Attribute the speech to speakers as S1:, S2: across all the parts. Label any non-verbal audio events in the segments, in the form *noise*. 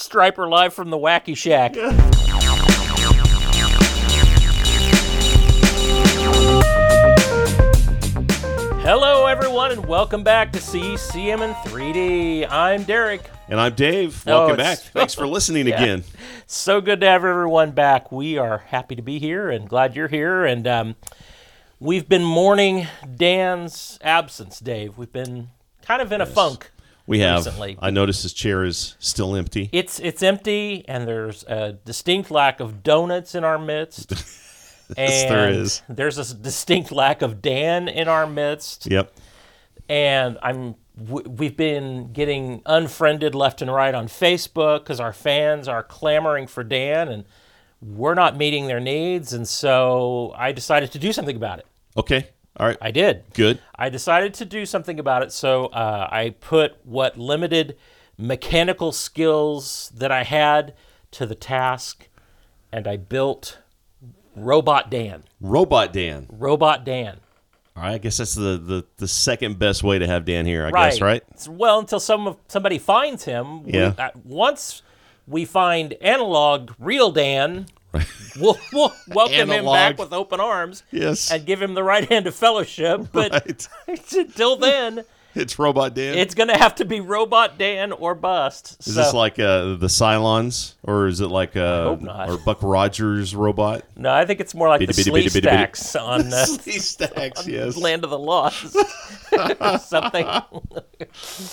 S1: Striper live from the Wacky Shack. Hello, everyone, and welcome back to CCM in 3D. I'm Derek.
S2: And I'm Dave.
S1: Oh,
S2: Welcome back.
S1: it's-
S2: Thanks for
S1: *laughs*
S2: listening
S1: Yeah.
S2: again.
S1: So good to have everyone back. We are happy to be here and glad you're here. And um, we've been mourning Dan's absence, Dave. We've been kind of in a funk.
S2: We have.
S1: Recently.
S2: I noticed his chair is still empty.
S1: It's it's empty, and there's a distinct lack of donuts in our midst.
S2: *laughs* Yes, there
S1: And
S2: is.
S1: There's a s- distinct lack of Dan in our midst,
S2: Yep.
S1: and I'm w- we've been getting unfriended left and right on Facebook because our fans are clamoring for Dan, and we're not meeting their needs. And so I decided to do something about it.
S2: Okay. All right.
S1: I did.
S2: Good.
S1: I decided to do something about it, so uh, I put what limited mechanical skills that I had to the task, and I built Robot Dan.
S2: Robot Dan.
S1: Robot Dan.
S2: All right. I guess that's the, the, the second best way to have Dan here, I guess, right?
S1: It's- well, until some somebody finds him. we-
S2: Yeah.
S1: uh, once we find analog real Dan, we'll,
S2: *laughs*
S1: we'll welcome him
S2: Analog.
S1: back with open arms
S2: Yes.
S1: and give him the right hand of fellowship. But
S2: *laughs*
S1: *laughs*
S2: Right.
S1: until then.
S2: It's Robot Dan.
S1: It's gonna have to be Robot Dan or bust.
S2: is
S1: so-
S2: this like uh, the Cylons, or is it like uh,
S1: hope not.
S2: or Buck Rogers
S1: *laughs*
S2: robot?
S1: no? I think it's more like the
S2: Bitty, bitty, bitty,
S1: sleeve
S2: bitty, bitty.
S1: stacks on uh,
S2: *laughs*
S1: *laughs*
S2: These stacks, yes. All
S1: Land of the Lost, *laughs* something.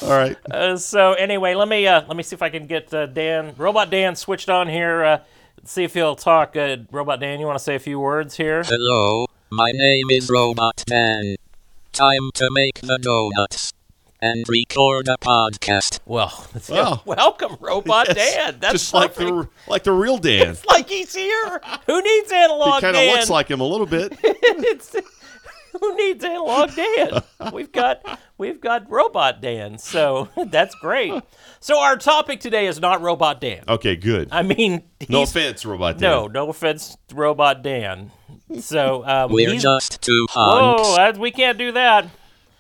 S2: right,
S1: Uh, so anyway, let me uh, let me see if I can get uh, Dan Robot Dan switched on here. Uh, see if he'll talk. Uh, Robot Dan, you want to say a few words here?
S3: Uh, Hello, my name is Robot Dan. Time to make the donuts and record a podcast.
S1: Well,
S2: Wow.
S1: welcome Robot
S2: Oh. Yes.
S1: Dan. That's
S2: just like
S1: perfect.
S2: the like the real Dan.
S1: It's like he's here. Who needs analog?
S2: He kind of
S1: Dan?
S2: looks like him a
S1: *laughs*
S2: little bit.
S1: it's who needs analog Dan? We've got we've got robot Dan, so *laughs* that's great. So our topic today is not robot Dan.
S2: Okay, good.
S1: I mean, he's,
S2: No offense, Robot Dan.
S1: no, no offense, to robot Dan. So um,
S3: We're
S1: he's,
S3: just two
S1: oh,
S3: hunks.
S1: that- we can't do that.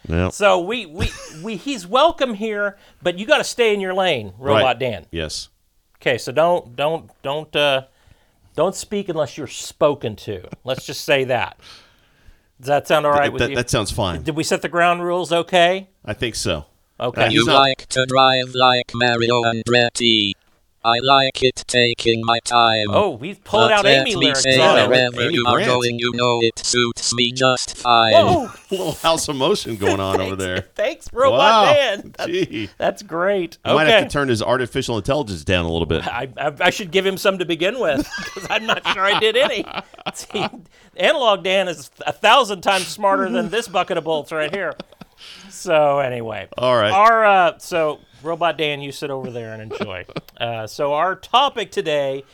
S2: No.
S1: So we we, we he's welcome here, but you got to stay in your lane, robot
S2: Right.
S1: Dan.
S2: Yes.
S1: Okay, so don't don't don't uh, don't speak unless you're spoken to. Let's just say that. Does that sound all right with
S2: that,
S1: you?
S2: that
S1: *laughs*
S2: sounds fine.
S1: Did we set the ground rules okay?
S2: I think so.
S1: Okay.
S2: Uh,
S3: You
S2: he's not-
S3: like to drive like Mario Andretti. I like it taking my time.
S1: oh, we
S2: Uh,
S1: pulled out
S3: But let
S1: Amy
S3: me
S1: lyrics.
S3: say
S2: on it.
S3: wherever
S2: Amy
S3: you are
S2: Grant.
S3: going, you know it suits me just fine.
S1: Oh, *laughs*
S2: little house of motion going on over there.
S1: thanks, Robot
S2: wow.
S1: Dan. That-
S2: *laughs* Gee.
S1: that's great.
S2: I Might have
S1: Okay.
S2: to turn his artificial intelligence down a little
S1: *laughs*
S2: bit.
S1: I, I, I should give him some to begin with *laughs* because I'm not sure I did
S2: *laughs*
S1: any. See, Analog Dan is a thousand times smarter than this bucket of bolts right here. So anyway,
S2: All right.
S1: Our uh, so Robot Dan, you sit over there and enjoy. Uh, so our topic today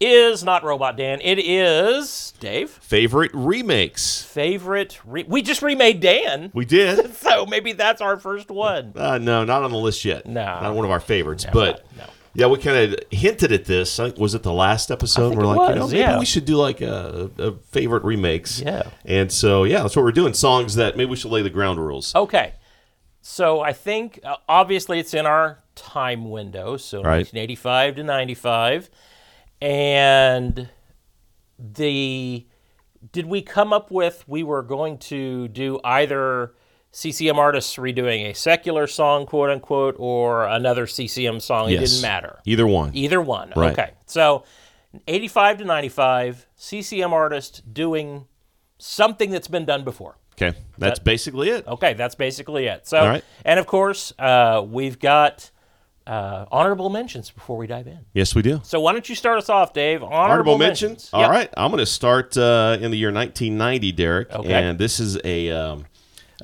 S1: is not Robot Dan. It is Dave.
S2: Favorite remakes?
S1: favorite re- we just remade dan
S2: We did.
S1: so maybe that's our first one
S2: Uh, no, not on the list yet.
S1: No.
S2: Not one of our favorites. but
S1: no.
S2: yeah, we kind of hinted at this. I think- Was it the last episode? we're
S1: it
S2: like, you know,
S1: was,
S2: maybe
S1: yeah.
S2: we should do like a, a favorite remakes.
S1: Yeah.
S2: And so, yeah, that's what we're doing. Songs that maybe we should lay the ground rules.
S1: okay so i think uh, obviously it's in our time window so
S2: Right.
S1: 1985 to 95 and the did we come up with we were going to do either CCM artists redoing a secular song, quote unquote, or another CCM song. It didn't matter. E
S2: Either one.
S1: Either one.
S2: Right.
S1: Okay. So 85 to 95, CCM artist doing something that's been done before.
S2: okay. That's basically it.
S1: Okay, that's basically it. So,
S2: All right.
S1: and of course, uh, we've got uh, honorable mentions before we dive in.
S2: Yes, we do.
S1: So why don't you start us off, Dave? Honorable,
S2: Honorable mentions. All
S1: Yep.
S2: right, I'm going to start uh, in the year 1990, Derek.
S1: Okay.
S2: And this is a um,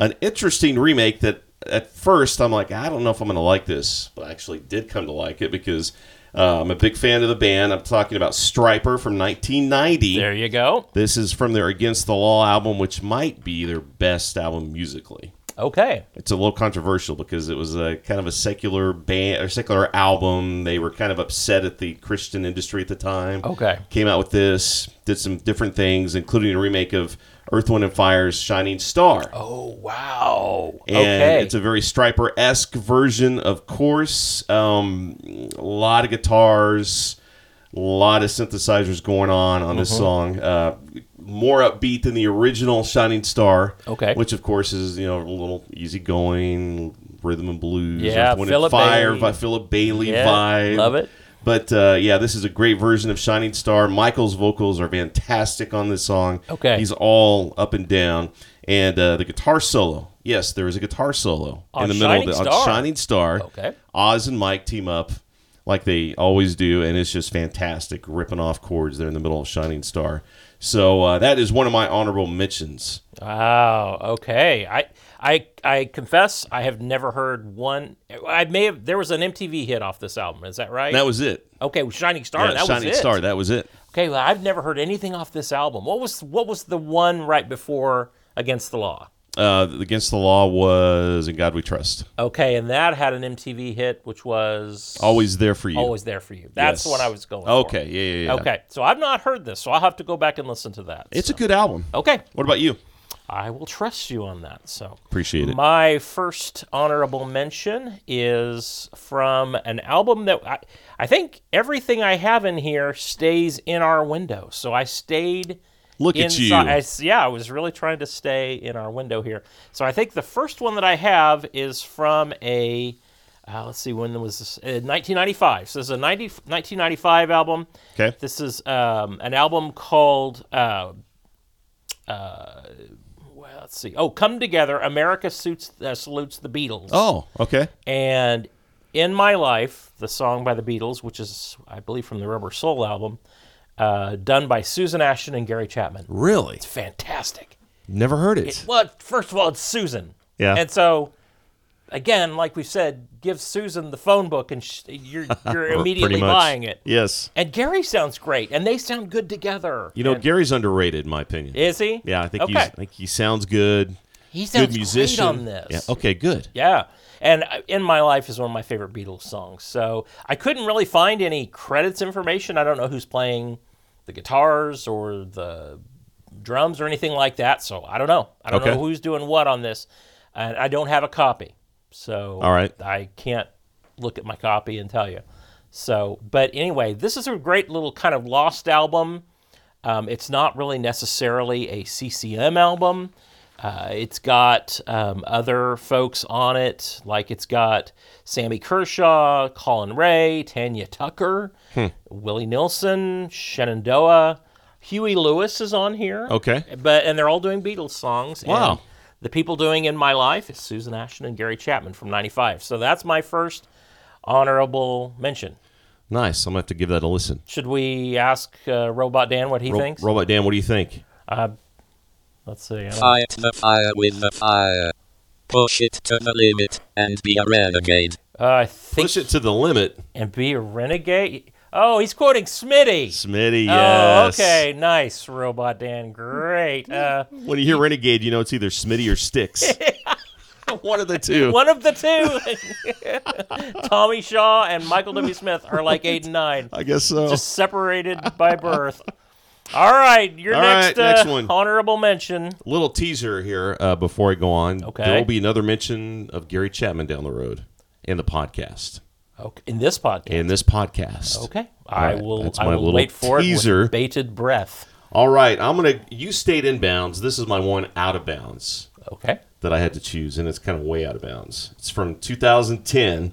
S2: an interesting remake that at first I'm like, I don't know if I'm going to like this, but I actually did come to like it because uh, I'm a big fan of the band. I'm talking about Striper from 1990.
S1: There you go.
S2: This is from their Against the Law album, which might be their best album musically
S1: Okay.
S2: it's a little controversial because it was a kind of a secular band or secular album. They were kind of upset at the Christian industry at the time.
S1: Okay.
S2: Came out with this, did some different things, including a remake of Earth, Wind, and Fire's Shining Star.
S1: Oh wow.
S2: And
S1: okay.
S2: it's a very striper esque version, of course. Um, a lot of guitars, a lot of synthesizers going on on
S1: Mm-hmm.
S2: this song. Uh, more upbeat than the original Shining Star.
S1: Okay.
S2: Which, of course, is you know a little easygoing rhythm and blues.
S1: Yeah,
S2: Earth, Wind,
S1: Philip
S2: and Fire
S1: Bailey.
S2: by Philip Bailey
S1: Yeah,
S2: vibe.
S1: love it.
S2: But uh, yeah, this is a great version of Shining Star. Michael's vocals are fantastic on this song.
S1: Okay.
S2: He's all up and down. And uh, the guitar solo. Yes, there is a guitar solo
S1: On
S2: in the middle
S1: Shining
S2: of the,
S1: Star.
S2: on Shining Star.
S1: Okay.
S2: Oz and Mike team up like they always do, and it's just fantastic, ripping off chords there in the middle of Shining Star. So uh, that is one of my honorable mentions.
S1: Wow. Okay. I I I confess I have never heard one. I may have. There was an MTV hit off this album. Is that right?
S2: That was it.
S1: okay. well, Shining Star.
S2: Yeah,
S1: that
S2: Shining
S1: was it.
S2: Star. That was it.
S1: Okay. Well, I've never heard anything off this album. What was what was the one right before Against the Law?
S2: Uh, Against the Law was In God We Trust.
S1: Okay, and that had an MTV hit, which was
S2: Always there for you.
S1: always there for you. That's
S2: Yes.
S1: the one I was going. for.
S2: Okay. Yeah. Yeah. yeah.
S1: Okay. So I've not heard this, so I'll have to go back and listen to that.
S2: It's
S1: so.
S2: a good album.
S1: okay.
S2: What about you?
S1: I will trust you on that. So
S2: Appreciate it.
S1: My first honorable mention is from an album that I, I think everything I have in here stays in our window. So I stayed.
S2: Look at
S1: inside-
S2: you.
S1: I s- yeah, I was really trying to stay in our window here. So I think the first one that I have is from a. Uh, let's see, when was this? Uh, 1995. So this is a 90, 1995 album.
S2: Okay.
S1: This is um, an album called uh, well, let's see. Oh, Come Together, America suits, uh, Salutes the Beatles.
S2: Oh, okay.
S1: And In My Life, the song by the Beatles, which is, I believe, from the Rubber Soul album, uh, done by Susan Ashton and Gary Chapman.
S2: Really?
S1: Fantastic.
S2: Never heard it.
S1: Well, first of all, it's Susan.
S2: Yeah.
S1: And so, again, like we said, give Susan the phone book and sh- you're,
S2: *laughs*
S1: you're immediately buying it.
S2: Yes.
S1: And Gary sounds great, and they sound good together.
S2: You know,
S1: And-
S2: Gary's underrated, in my opinion.
S1: is he?
S2: yeah, I think
S1: okay.
S2: he's, I think he sounds good.
S1: he
S2: Good
S1: sounds
S2: musician.
S1: great on this.
S2: Yeah. Okay. Good.
S1: Yeah. And uh, In My Life is one of my favorite Beatles songs. So I couldn't really find any credits information. I don't know who's playing the guitars or the drums or anything like that. So I don't know. I don't
S2: Okay.
S1: know who's doing what on this. And I don't have a copy. So
S2: All right.
S1: I can't look at my copy and tell you. So, but anyway, this is a great little kind of lost album. Um, it's not really necessarily a CCM album. Uh, it's got um, other folks on it, like it's got Sammy Kershaw, Colin Ray, Tanya Tucker,
S2: Hmm.
S1: Willie Nilsson, Shenandoah, Huey Lewis is on here.
S2: Okay.
S1: but and they're all doing Beatles songs. and
S2: Oh. Wow.
S1: the people doing in my life is Susan Ashton and Gary Chapman from '95. So that's my first honorable mention.
S2: Nice. I'm gonna have to give that a listen.
S1: Should we ask uh, Robot Dan what he
S2: Ro-
S1: thinks?
S2: Robot Dan, what do you think?
S1: Uh, Let's see. I don't-
S3: Fight the fire with the fire. Push it to the limit and be a renegade.
S1: Uh, I think
S2: Push it to the limit,
S1: and be a renegade. Oh, he's quoting Smitty.
S2: Smitty.
S1: Oh,
S2: Yes.
S1: okay, nice, Robot Dan. Great. Uh,
S2: When you hear Renegade, you know it's either Smitty
S1: *laughs*
S2: or Sticks. *laughs* One of the two.
S1: one of the two, *laughs* Tommy Shaw and Michael W. Smith, are like eight and nine,
S2: I guess so.
S1: just separated by birth. All right, your
S2: All right,
S1: next,
S2: next
S1: uh,
S2: one.
S1: honorable mention.
S2: Little teaser here uh, before I go on.
S1: Okay.
S2: There will be another mention of Gary Chapman down the road in the podcast.
S1: Okay, in this podcast.
S2: In this podcast.
S1: okay,
S2: All
S1: I
S2: right,
S1: will.
S2: that's
S1: I
S2: my
S1: will
S2: little
S1: wait for it
S2: teaser.
S1: with bated breath.
S2: All right. I'm going to. You stayed in bounds. This is my one out of bounds
S1: Okay.
S2: that I had to choose, and it's kind of way out of bounds. It's from 2010,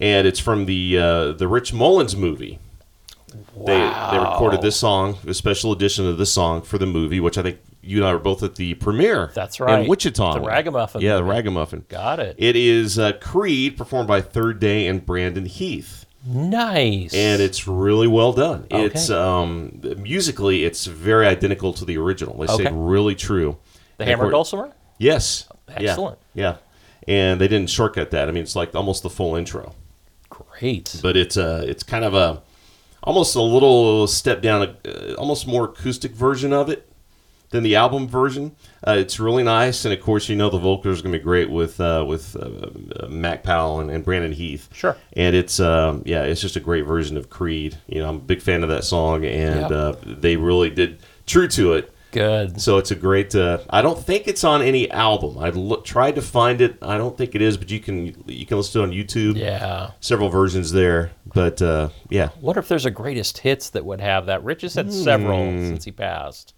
S2: and it's from the uh, the Rich Mullins movie. They, they recorded this song, a special edition of this song for the movie, which I think you and I were both at the premiere.
S1: That's right.
S2: In Wichita.
S1: The Ragamuffin
S2: Yeah, the
S1: movie.
S2: Ragamuffin.
S1: Got it.
S2: It is uh, Creed, performed by Third Day and Brandon Heath,
S1: Nice.
S2: and it's really well done.
S1: Okay.
S2: It's um, musically, it's very identical to the original. They
S1: Okay.
S2: stayed really true.
S1: the
S2: And of
S1: hammer
S2: course-
S1: dulcimer.
S2: Yes. Yeah.
S1: Excellent.
S2: Yeah. And they didn't shortcut that. I mean, it's like almost the full intro,
S1: Great.
S2: but it's uh, it's kind of a almost a little step down, uh, almost more acoustic version of it than the album version. Uh, it's really nice, and of course, you know the vocals are going to be great with uh, with uh, uh, Mac Powell and, and Brandon Heath.
S1: Sure.
S2: And it's um, yeah, it's just a great version of Creed. You know, I'm a big fan of that song, and
S1: Yep.
S2: uh, they really did true to it.
S1: Good.
S4: So it's a great. Uh, I don't think it's on any album. I look, tried to find it. I don't think it is, but you can you can listen to it on YouTube.
S1: Yeah.
S4: Several versions there, but uh, yeah,
S1: Wonder if there's a greatest hits that would have that. Rich has had several since he passed.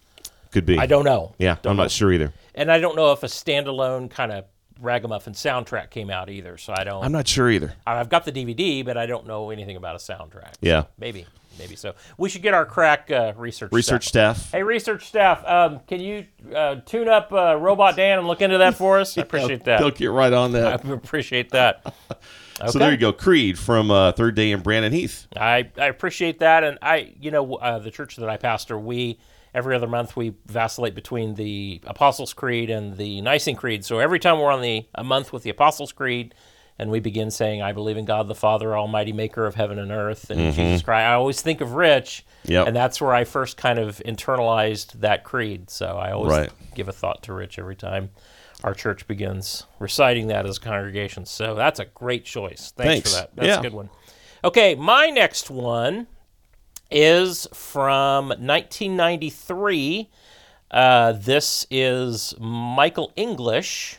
S4: could be.
S1: I don't know.
S4: Hmm. Yeah, I'm not sure either.
S1: And I don't know if a standalone kind of ragamuffin soundtrack came out either. So I don't.
S4: I'm not sure either.
S1: I've got the DVD, but I don't know anything about a soundtrack.
S4: Yeah.
S1: Maybe. Maybe so. We should get our crack uh, research
S4: Research
S1: staff.
S4: staff.
S1: Hey, research staff, um, can you uh, tune up uh, Robot Dan and look into that for us? I appreciate that.
S4: They'll get right on
S1: I
S4: that.
S1: appreciate that.
S4: So there you go. Creed from uh, Third Day and Brandon Heath.
S1: I, I appreciate that, and I you know uh, the church that I pastor, we every other month we vacillate between the Apostles' Creed and the Nicene Creed. So every time we're on the a month with the Apostles' Creed, and we begin saying, "I believe in God the Father, Almighty Maker of heaven and earth, and in Jesus Christ," I always think of Rich,
S4: Mm-hmm. Yep.
S1: and that's where I first kind of internalized that creed. So I always
S4: Right.
S1: give a thought to Rich every time. Our church begins reciting that as a congregation. So that's a great choice. Thanks,
S4: Thanks.
S1: for that. That's
S4: Yeah.
S1: a good one. Okay, my next one is from 1993. Uh, this is Michael English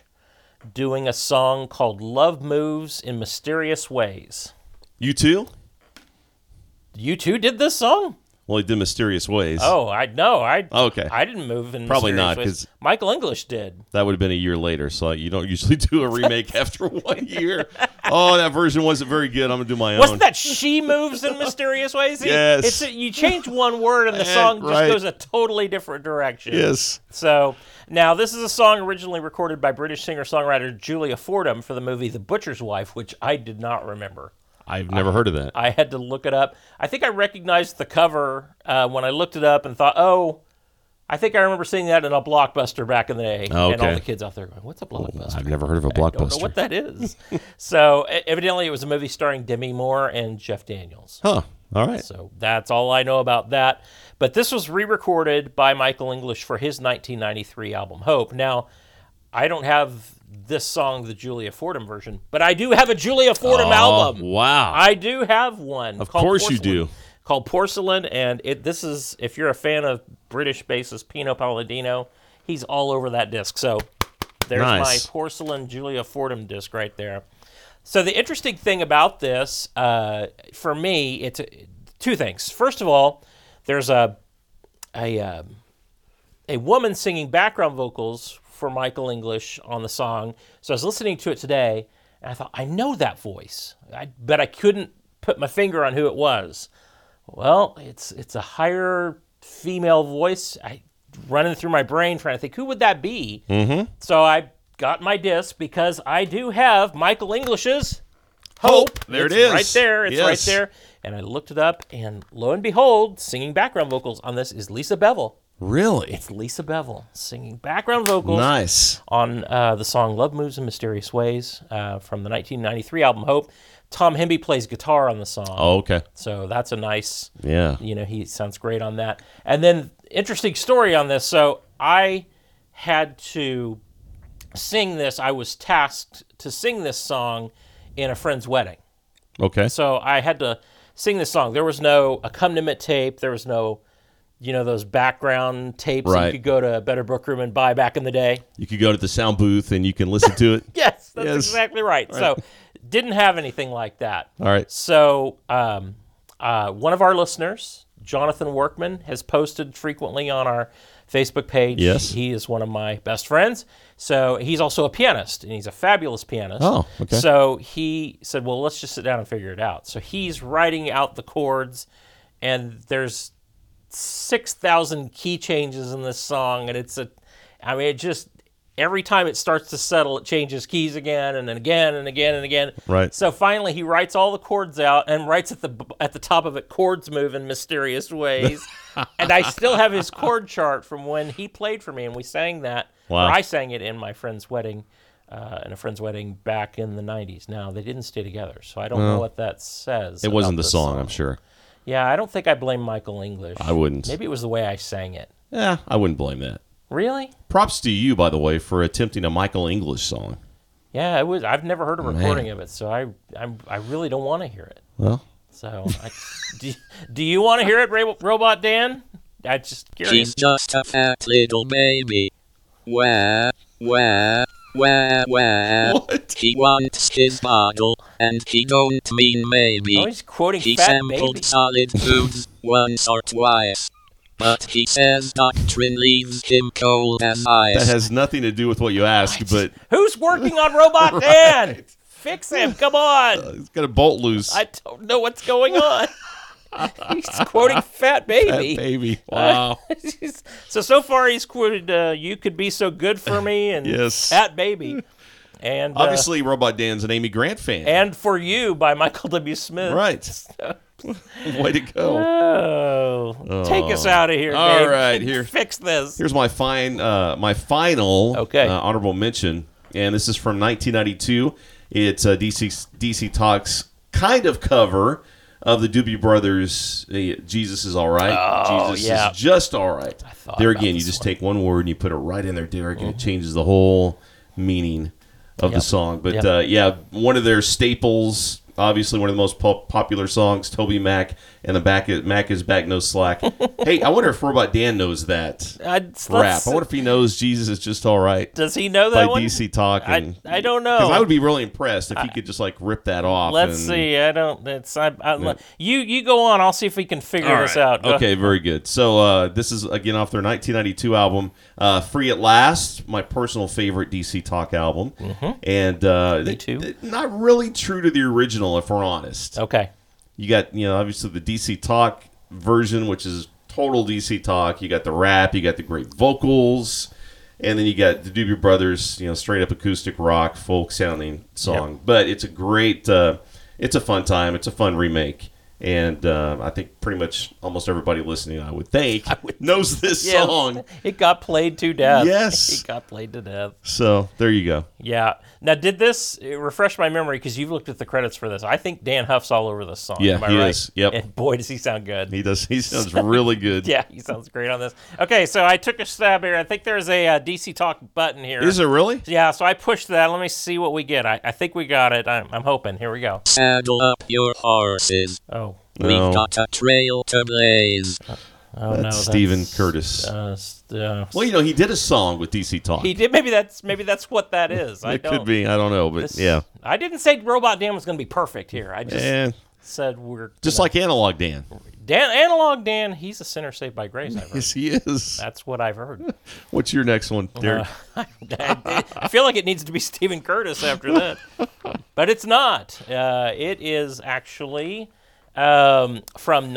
S1: doing a song called Love Moves in Mysterious Ways.
S4: You too?
S1: You two did this song?
S4: Well, he did Mysterious Ways.
S1: Oh, I know. I
S4: Okay.
S1: I didn't move in
S4: Probably not,
S1: mysterious ways.
S4: 'cause-
S1: Michael English did.
S4: That would have been a year later, so you don't usually do a
S1: *laughs*
S4: remake after one year. Oh, that version wasn't very good. I'm gonna do my own.
S1: Wasn't that she moves in mysterious ways?
S4: *laughs* Yes.
S1: It's you change one word
S4: *laughs*
S1: and the
S4: Eh,
S1: song just
S4: right.
S1: goes a totally different direction.
S4: Yes.
S1: So now this is a song originally recorded by British singer-songwriter Julia Fordham for the movie The Butcher's Wife, which I did not remember.
S4: I've never heard of that.
S1: I had to look it up. I think I recognized the cover uh, when I looked it up and thought, oh, I think I remember seeing that in a blockbuster back in the day.
S4: Oh,
S1: And all
S4: okay.
S1: the kids out there going, what's a blockbuster?
S4: I've never heard of a
S1: don't know
S4: blockbuster.
S1: what that is. *laughs* so e- evidently, it was a movie starring Demi Moore and Jeff Daniels.
S4: Huh. All right.
S1: So that's all I know about that. But this was re-recorded by Michael English for his 1993 album Hope. Now, I don't have this song, the Julia Fordham version, but I do have a Julia Fordham album.
S4: Oh, Wow.
S1: I do have one. Of
S4: course you do.
S1: Called Porcelain, and it this is if you're a fan of British bassist Pino Palladino, he's all over that disc. So there's
S4: Nice.
S1: my porcelain Julia Fordham disc right there. So the interesting thing about this, uh, for me, it's uh, two things. First of all, there's a a um, a woman singing background vocals for Michael English on the song. So I was listening to it today, and I thought, I know that voice, I, but I couldn't put my finger on who it was. Well, it's it's a higher female voice. I running through my brain trying to think who would that be. Mm-hmm. So I got my disc because I do have Michael English's Hope.
S4: Hope. There it
S1: it's
S4: is.
S1: Right there. It's right
S4: Yes.
S1: there. And I looked it up, and lo and behold, singing background vocals on this is Lisa Bevel.
S4: Really?
S1: It's Lisa Bevel singing background vocals
S4: Nice.
S1: on uh, the song Love Moves in Mysterious Ways uh, from the 1993 album Hope. Tom Hemby plays guitar on the song.
S4: Oh, okay.
S1: So that's a nice,
S4: Yeah.
S1: you know, he sounds great on that. And then, interesting story on this. So I had to sing this, I was tasked to sing this song in a friend's wedding.
S4: Okay.
S1: So I had to sing this song. There was no accompaniment tape. There was no, you know, those background tapes that
S4: Right.
S1: you could go to a Better Book Room and buy back in the day.
S4: You could go to the sound booth and you can listen to *laughs* it.
S1: *laughs* Yes, that's
S4: Yes.
S1: exactly right. So didn't have anything like that.
S4: All right.
S1: So um, uh, one of our listeners, Jonathan Workman, has posted frequently on our Facebook page.
S4: Yes.
S1: He is one of my best friends. So he's also a pianist, and he's a fabulous pianist.
S4: Oh, okay.
S1: So he said, well, let's just sit down and figure it out. So he's writing out the chords, and there's 6,000 key changes in this song, and it's a, I mean, it just, every time it starts to settle, it changes keys again and then again and again and again.
S4: Right.
S1: So finally, he writes all the chords out and writes at the b- at the top of it, chords move in
S4: *laughs*
S1: mysterious ways. and I still have his chord chart from when he played for me, and we sang that.
S4: Wow.
S1: Or I sang it in my friend's wedding, uh, in a friend's wedding back in the '90s. Now they didn't stay together, so I don't know what that says.
S4: It wasn't the song, I'm sure.
S1: Yeah, I don't think I blame Michael English.
S4: I wouldn't.
S1: Maybe it was the way I sang it.
S4: Yeah, I wouldn't blame that.
S1: Really?
S4: Props to you, by the way, for attempting a Michael English song.
S1: Yeah, it was. I've never heard a recording of it, so I I'm, I really don't want to hear it.
S4: Well,
S1: *laughs* So, I, do, do you want to hear it, Ra- Robot Dan? I just
S3: She's
S1: curious.
S3: just a fat little baby. Where, where, where, where?
S2: What?
S3: He wants his bottle, and he don't mean maybe.
S1: Oh, he's quoting
S3: He
S1: Fat
S3: sampled
S1: Baby.
S3: solid foods once or twice. But he says doctrine leaves him cold as
S2: That
S3: ice.
S2: has nothing to do with what you asked, but
S1: Who's working on Robot Man? Fix him! Come on!
S2: he's got a bolt
S4: *laughs*
S2: loose.
S1: I don't know what's going on. he's quoting Fat Baby.
S2: That baby.
S4: *laughs*
S1: Wow. *laughs* so so far he's quoted uh, "You could be so good for me" and
S2: Yes.
S1: "Fat Baby," and uh,
S2: Obviously, Robot Dan's an Amy Grant fan.
S1: "And for You" by Michael W. Smith.
S4: *laughs*
S2: right. Way to go.
S1: Oh, take us out of here.
S2: All
S1: Dave.
S2: right, here.
S1: Fix this.
S2: Here's my fine, uh, my final
S1: Okay.
S2: uh, honorable mention, and this is from 1992. It's uh, DC DC Talks kind of cover of the Doobie Brothers. uh, Jesus is all right. Jesus
S1: Oh, yeah.
S2: is just all right.
S1: thought
S2: There
S1: about
S2: again, you
S1: this Mm-hmm.
S2: just take one word and you put it right in there, Derek, and it changes the whole meaning of the
S1: Yep.
S2: song. But
S1: Yep.
S2: uh, yeah, one of their staples. Obviously, one of the most pop- popular songs, Toby Mac and the back Mac is back,
S1: *laughs*
S2: no slack. hey, I wonder if Robot Dan knows that
S1: I'd-
S2: rap.
S1: let's-
S2: I wonder if he knows Jesus is just all right
S1: does he know
S2: by
S1: that one?
S2: DC Talk.
S1: I,
S2: And,
S1: I don't
S2: Because
S1: know.
S2: I would be really impressed if he could just like rip that off.
S1: Let's
S2: and-
S1: see. I don't. It's I, I, You you go on. I'll see if we can figure
S2: All
S1: this
S2: right.
S1: out. Go-
S2: Okay, very good. So uh, this is again off their 1992 album, uh, "Free at Last," my personal favorite DC Talk album, and uh, they-
S1: Mm-hmm. too.
S2: they- not really true to the original, if we're honest.
S1: Okay.
S2: You got you know obviously the DC Talk version, which is total DC Talk. You got the rap, you got the great vocals, and then you got the Doobie Brothers, you know, straight up acoustic rock, folk sounding song. But it's a great, uh, it's a fun time. It's a fun remake. And uh, I think pretty much almost everybody listening, I would think, *laughs* knows this
S1: Yes.
S2: song.
S1: It got played to death.
S2: Yes.
S1: It got played to death.
S2: So there you go.
S1: Yeah. Now, did this refresh my memory? Because you've looked at the credits for this. I think Dan Huff's all over this song.
S2: Yeah,
S1: am I
S2: he
S1: right?
S2: is. Yep.
S1: And boy, does he sound good.
S2: He does.
S1: *laughs*
S2: He sounds really good.
S1: Yeah, he sounds great on this. Okay, so I took a stab here. I think there's a uh, DC Talk button here.
S2: Is it really?
S1: yeah, so I pushed that. Let me see what we get. I, I think we got it. I'm, I'm hoping. Here we go.
S3: Saddle up your horses.
S1: Oh,
S2: No.
S3: We've got a trail to blaze.
S1: oh no.
S2: That's Stephen Curtis.
S1: Uh, st- uh,
S2: well, you know, he did a song with DC Talk.
S1: he did. Maybe that's maybe that's what
S2: *laughs*
S1: that is. I
S2: it
S1: don't,
S2: could be. I don't know, but
S1: this-
S2: yeah.
S1: I didn't say Robot Dan was going to be perfect here. I just
S2: And
S1: said we're
S2: just
S1: gonna-
S2: like Analog Dan.
S1: Dan Analog Dan. He's a sinner saved by grace. I've heard.
S2: Yes, he is.
S1: That's what I've heard.
S2: What's your next one, *laughs* Derek?
S1: I, Uh, *laughs* I feel like it needs to be Stephen Curtis after that, but it's not. Uh, it is actually um, from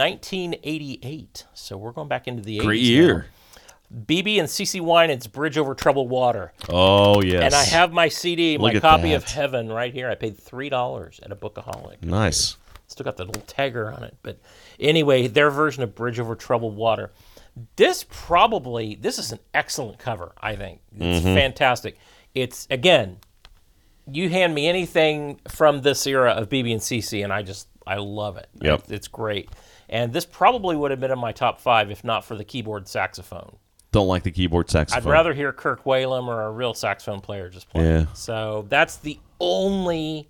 S1: 1988, so we're going back into the 80s.
S2: Great
S1: now.
S2: year.
S1: BB and CC Winans, "Bridge Over Troubled Water,"
S2: Oh, yes.
S1: and I have my CD,
S2: Look
S1: my
S2: at
S1: copy of
S2: that.
S1: Heaven, right here. I paid three dollars at a bookaholic.
S2: Nice.
S1: Still got the little tagger on it. But anyway, their version of Bridge Over Troubled Water. This probably this is an excellent cover, I think. It's fantastic. It's again, you hand me anything from this era of BB and CC and I just I love it.
S2: Yep.
S1: It's, it's great. And this probably would have been in my top five if not for the keyboard saxophone.
S2: Don't like the keyboard
S1: I'd
S2: saxophone.
S1: rather hear Kirk Whalum or a real saxophone player just playing.
S2: Yeah.
S1: So that's the only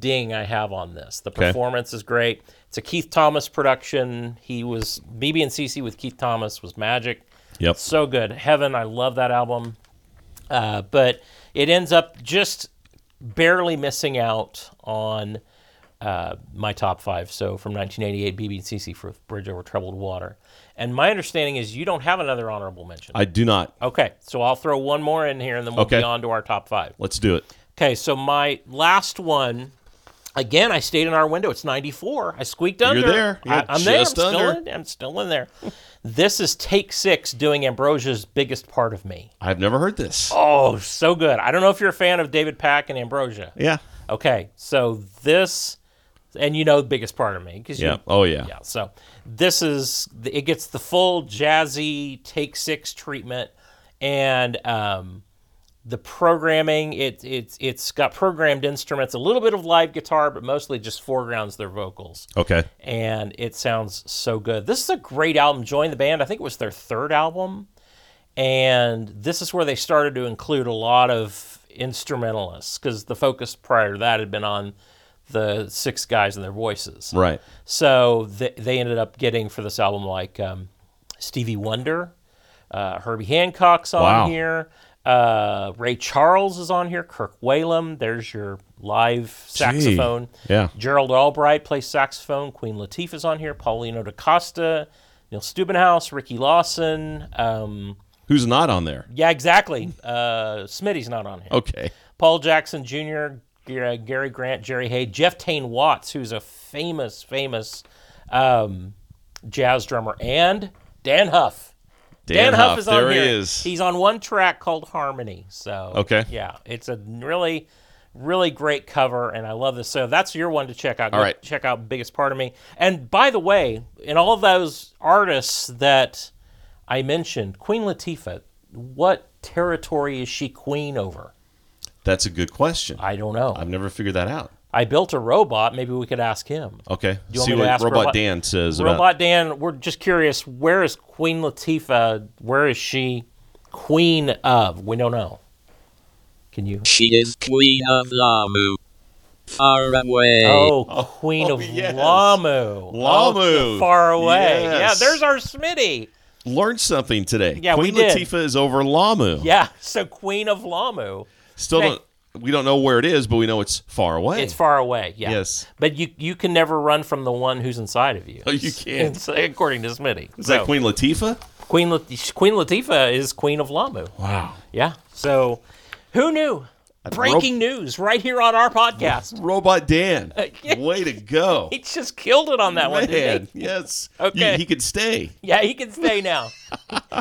S1: ding I have on this. The performance is great. It's a Keith Thomas production. He was BB and CC with Keith Thomas was magic.
S2: Yep.
S1: So good. Heaven, I love that album. Uh, but it ends up just barely missing out on uh, my top five. So from 1988, BB and CC for Bridge Over Troubled Water. And my understanding is you don't have another honorable mention.
S2: I do not.
S1: Okay, so I'll throw one more in here and then we'll
S2: Okay.
S1: be on to our top five.
S2: Let's do it.
S1: Okay, so my last one, again, I stayed in our window. It's 94. I squeaked under.
S2: there. You're
S1: I, am there. I'm
S2: just
S1: still,
S2: under.
S1: In, I'm still in there. this is take six doing Ambrosia's biggest part of me.
S2: I've never heard this.
S1: Oh, so good. I don't know if you're a fan of David Pack and Ambrosia.
S2: Yeah.
S1: Okay, so this, and you know the biggest part of me because
S2: Yeah.
S1: you
S2: Oh, yeah.
S1: yeah so this is it gets the full jazzy take six treatment and um, the programming it, it's it's got programmed instruments a little bit of live guitar but mostly just foregrounds their vocals
S2: Okay.
S1: and it sounds so good this is a great album join the band i think it was their third album and this is where they started to include a lot of instrumentalists because the focus prior to that had been on the six guys and their voices
S2: Right.
S1: so th- they ended up getting for this album like um, Stevie Wonder, uh, Herbie Hancock's on
S2: Wow.
S1: here. Uh, Ray Charles is on here. Kirk Whalum, there's your live saxophone.
S2: yeah.
S1: Gerald Albright plays saxophone. Queen Latifah's on here. Paulino da Costa, Neil Steubenhouse, Ricky Lawson. Um,
S2: Who's not on there?
S1: yeah, exactly. Uh, Smitty's not on here.
S2: Okay.
S1: Paul Jackson Jr., Gar- Gary Grant, Jerry Hay, Jeff Tane Watts, who's a famous, famous um, jazz drummer, and Dan Huff.
S2: Dan Huff,
S1: is on
S2: there he
S1: here.
S2: is.
S1: He's on one track called Harmony. So
S2: Okay.
S1: yeah, it's a really, really great cover, and I love this. So that's your one to check out.
S2: All
S1: Go
S2: right.
S1: check out Biggest Part of Me. And by the way, in all those artists that I mentioned, Queen Latifah, what territory is she queen over?
S2: That's a good question.
S1: I don't know.
S2: I've never figured that out.
S1: I built a robot. Maybe we could ask him.
S2: Okay.
S1: you want
S2: See
S1: me to
S2: what
S1: ask
S2: Robot,
S1: Robot-
S2: Dan says about
S1: Robot Dan, we're just curious. Where is Queen Latifah? Where is she queen of? We don't know. Can you?
S3: She is Queen of Lamu. Far away.
S1: Oh, Queen
S2: oh,
S1: of
S2: yes.
S1: Lamu.
S2: Lamu.
S1: Oh, far away.
S2: Yes.
S1: Yeah, there's our Smitty.
S2: learned something today.
S1: Yeah,
S2: Queen
S1: we did.
S2: Latifah is over Lamu.
S1: Yeah, so Queen of Lamu.
S2: Still
S1: Hey.
S2: don't we don't know where it is, but we know it's far away.
S1: It's far away. Yeah.
S2: Yes.
S1: But you you can never run from the one who's inside of you.
S2: Oh, you can't.
S1: It's- *laughs* according to Smitty.
S2: Is that Queen Latifah?
S1: Queen Lat- Queen Latifah is Queen of Lamu.
S2: Wow.
S1: Yeah. So, who knew? Breaking news right here on our podcast. *laughs*
S2: Robot Dan. Way to go.
S1: He just killed it on that one,
S2: Man,
S1: didn't he? *laughs*
S2: yes.
S1: Okay.
S2: You- he could stay.
S1: Yeah, he can stay now.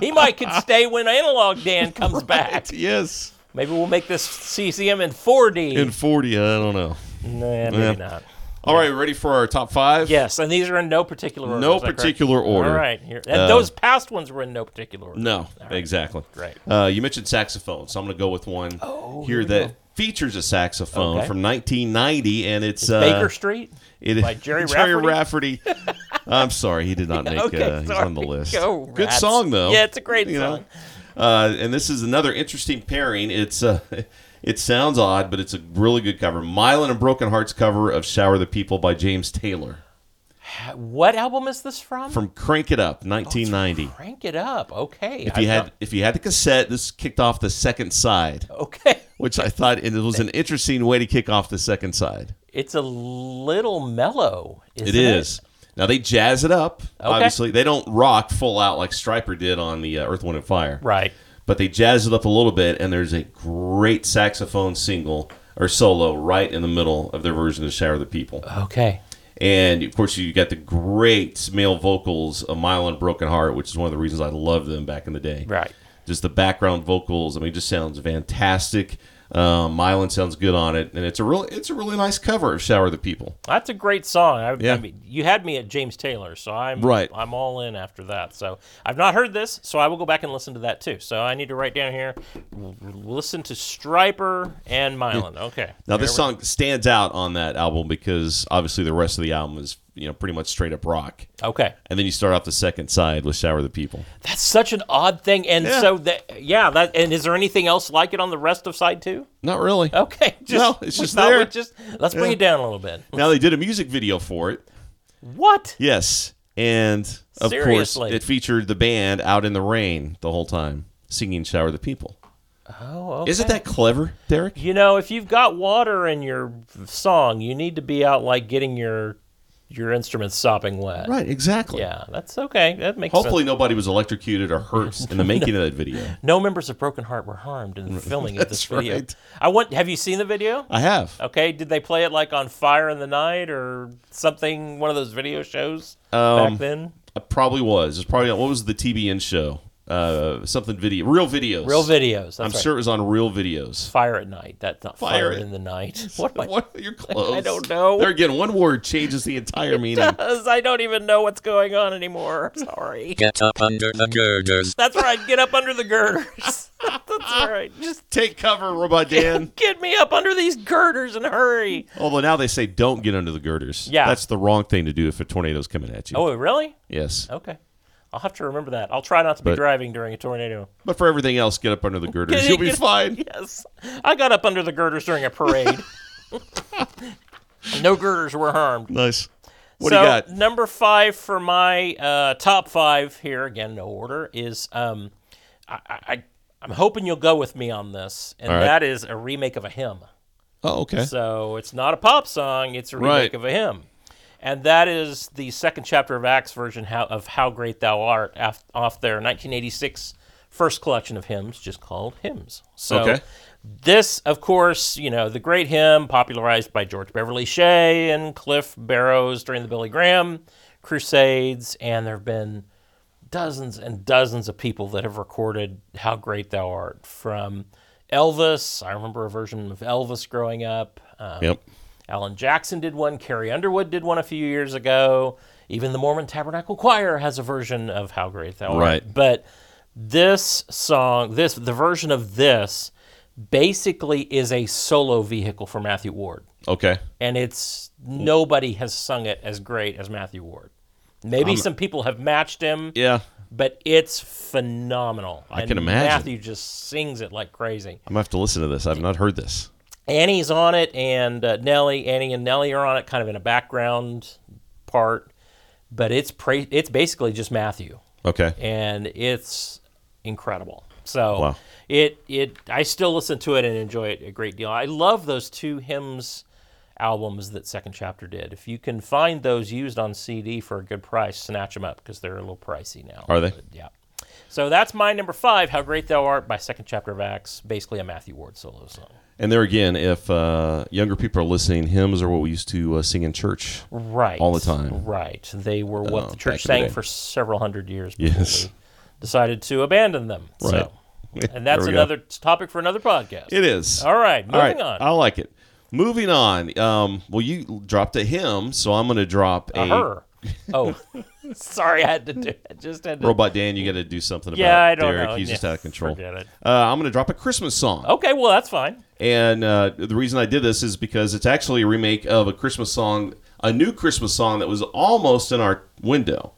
S1: he might could stay when Analog Dan comes
S2: *laughs*
S1: back.
S2: Yes.
S1: Maybe we'll make this CCM in 4D.
S2: In 40, I don't know.
S1: nah, maybe
S2: Yeah.
S1: not.
S2: All right, ready for our top five?
S1: Yes, and these are in no particular order.
S2: No
S1: is that correct?
S2: particular order. Uh,
S1: All right. Here. And those past ones were in no particular order.
S2: No, exactly.
S1: Great. Oh,
S2: Uh, you mentioned saxophone, so I'm going to go with one here that features a saxophone
S1: Okay.
S2: from 1990, and it's, uh,
S1: Baker Street?
S2: it-
S1: by Jerry
S2: Rafferty.
S1: *laughs*
S2: I'm sorry, he did not make.
S1: Okay,
S2: uh, he's on the
S1: sorry.
S2: list.
S1: Go
S2: Good
S1: Rats.
S2: song though.
S1: Yeah, it's a great
S2: You know?
S1: song.
S2: Uh, and this is another interesting pairing. It's uh, *laughs* it sounds odd, but it's a really good cover. Mylan and Broken Hearts cover of "Shower the People" by James Taylor
S1: What album is this from?
S2: from Crank It Up, 1990.
S1: Crank It Up. Okay.
S2: if you had if you had the cassette, this kicked off the second side.
S1: *laughs* Okay.
S2: which I thought it was an interesting way to kick off the second side.
S1: It's a little mellow. Isn't
S2: It is. Now they jazz it up. Obviously, they don't rock full out like Striper did on the uh, Earth, Wind, and Fire.
S1: Right.
S2: But they jazz it up a little bit, and there's a great saxophone single or solo right in the middle of their version of "Shower the People."
S1: Okay.
S2: And of course, you got the great male vocals of Mile and Broken Heart, which is one of the reasons I loved them back in the day.
S1: Right.
S2: Just the background vocals. I mean, it just sounds fantastic. Um, Mylan sounds good on it, and it's a real, it's a really nice cover of "Shower the People."
S1: That's a great song. I,
S2: Yeah.
S1: I mean, you had me at James Taylor, so I'm
S2: Right.
S1: I'm all in after that. So I've not heard this, so I will go back and listen to that too. So I need to write down here, l- listen to Striper and Mylan. Okay.
S2: Now,
S1: Here
S2: this
S1: we-
S2: song stands out on that album because obviously the rest of the album is you know pretty much straight up rock,
S1: Okay.
S2: and then you start off the second side with "Shower the People."
S1: That's such an odd thing, and
S2: Yeah.
S1: so that yeah. That and is there anything else like it on the rest of side two? *laughs*
S2: Not really.
S1: Okay. Just,
S2: No, it's
S1: we
S2: just
S1: thought we'd
S2: there.
S1: Just let's bring it down a little bit.
S2: Now they did a music video for it.
S1: What?
S2: Yes. And of
S1: Seriously.
S2: course, it featured the band out in the rain the whole time singing Shower the People.
S1: Oh, okay.
S2: Isn't that clever, Derek?
S1: You know, if you've got water in your song, you need to be out like getting your your instruments sopping wet.
S2: Right, exactly.
S1: Yeah, that's okay. That makes
S2: Hopefully,
S1: sense.
S2: nobody was electrocuted or hurt in the making of that
S1: *laughs*
S2: video.
S1: No members of Broken Heart were harmed
S2: *laughs*
S1: in the filming of this
S2: That's
S1: video.
S2: right.
S1: I want. Have you seen the video?
S2: I have.
S1: Okay. Did they play it like on Fire in the Night or something? One of those video shows
S2: Um,
S1: back then.
S2: I probably was. It's probably what was the TBN show? Uh, something video, real videos.
S1: Real videos. That's
S2: I'm
S1: right.
S2: sure it was on real videos.
S1: Fire at night. That's not
S2: Fire
S1: fire,
S2: at-
S1: in the night. What? am I-
S2: *laughs* What? You're close.
S1: I don't know.
S2: There again, one word changes the entire meaning.
S1: *laughs* I don't even know what's going on
S2: *laughs*
S1: anymore. I'm sorry.
S3: Get up under the girders.
S1: That's right. Get up under the girders. *laughs* That's all right. Just
S2: Take cover, Robot Dan.
S1: get me up under these girders and hurry.
S2: Although now they say don't get under the girders.
S1: Yeah.
S2: That's the wrong thing to do if a tornado's coming at you.
S1: Oh, really?
S2: Yes.
S1: Okay. I'll have to remember that. I'll try not to be
S2: But-
S1: driving during a tornado.
S2: But for everything else, get up under the girders.
S1: Get-
S2: You'll be
S1: get- *laughs*
S2: fine.
S1: Yes. I got up under *laughs* the girders during a parade. no girders were harmed.
S2: Nice. What do
S1: so
S2: you got?
S1: number five for my uh, top five here again, no order is um, I, I I'm hoping you'll go with me on this, and
S2: All right.
S1: that is a remake of a hymn.
S2: Oh, okay.
S1: So it's not a pop song; it's a remake
S2: Right.
S1: of a hymn, and that is the second chapter of Acts version how, of "How Great Thou Art" af, off their 1986 first collection of hymns, just called hymns. So
S2: Okay.
S1: this, of course, you know the great hymn popularized by George Beverly Shea and Cliff Barrows during the Billy Graham Crusades, and there have been dozens and dozens of people that have recorded "How Great Thou Art" from Elvis. I remember a version of Elvis growing up. Um,
S2: Yep.
S1: Alan Jackson did one. Carrie Underwood did one a few years ago. Even the Mormon Tabernacle Choir has a version of "How Great Thou Art."
S2: Right.
S1: But this song, this the version of this, basically is a solo vehicle for Matthew Ward,
S2: Okay.
S1: and it's nobody has sung it as great as Matthew Ward. Maybe some people have matched him
S2: Yeah.
S1: but it's phenomenal. I
S2: can imagine.
S1: Matthew just sings it like crazy.
S2: I'm gonna have to listen to this. I've not heard this.
S1: Annie's on it, and uh, Nellie, Annie and Nellie are on it, kind of in a background part. But it's pra- it's basically just Matthew,
S2: Okay.
S1: and it's incredible. So
S2: Wow.
S1: it it I still listen to it and enjoy it a great deal. I love those two hymns albums that Second Chapter did. If you can find those used on CD for a good price, snatch them up because they're a little pricey now.
S2: Are they?
S1: Yeah. So that's my number five, How Great Thou Art by Second Chapter of Acts, basically a Matthew Ward solo song.
S2: And there again, if uh, younger people are listening, hymns are what we used to uh, sing in church.
S1: Right.
S2: All the time.
S1: Right. They were what
S2: Oh,
S1: the
S2: back
S1: church
S2: in the
S1: sang
S2: day.
S1: for several hundred years before
S2: Yes.
S1: we decided to abandon them.
S2: Right.
S1: So, and that's
S2: There we go.
S1: another topic for another podcast.
S2: It is.
S1: All right,
S2: All right.
S1: moving on.
S2: I like it. Moving on. Um, well, you dropped a hymn, so I'm going to drop a,
S1: Her.
S2: *laughs*
S1: Oh, *laughs* sorry, I had to do. I just had to.
S2: robot. Dan, you got to do something about
S1: Yeah, I don't
S2: Derek.
S1: know.
S2: He's just
S1: Yeah,
S2: out of control.
S1: forget it. Oh.
S2: Uh, I'm going to drop a Christmas song.
S1: Okay, well that's fine.
S2: And uh, the reason I did this is because it's actually a remake of a Christmas song, a new Christmas song that was almost in our window.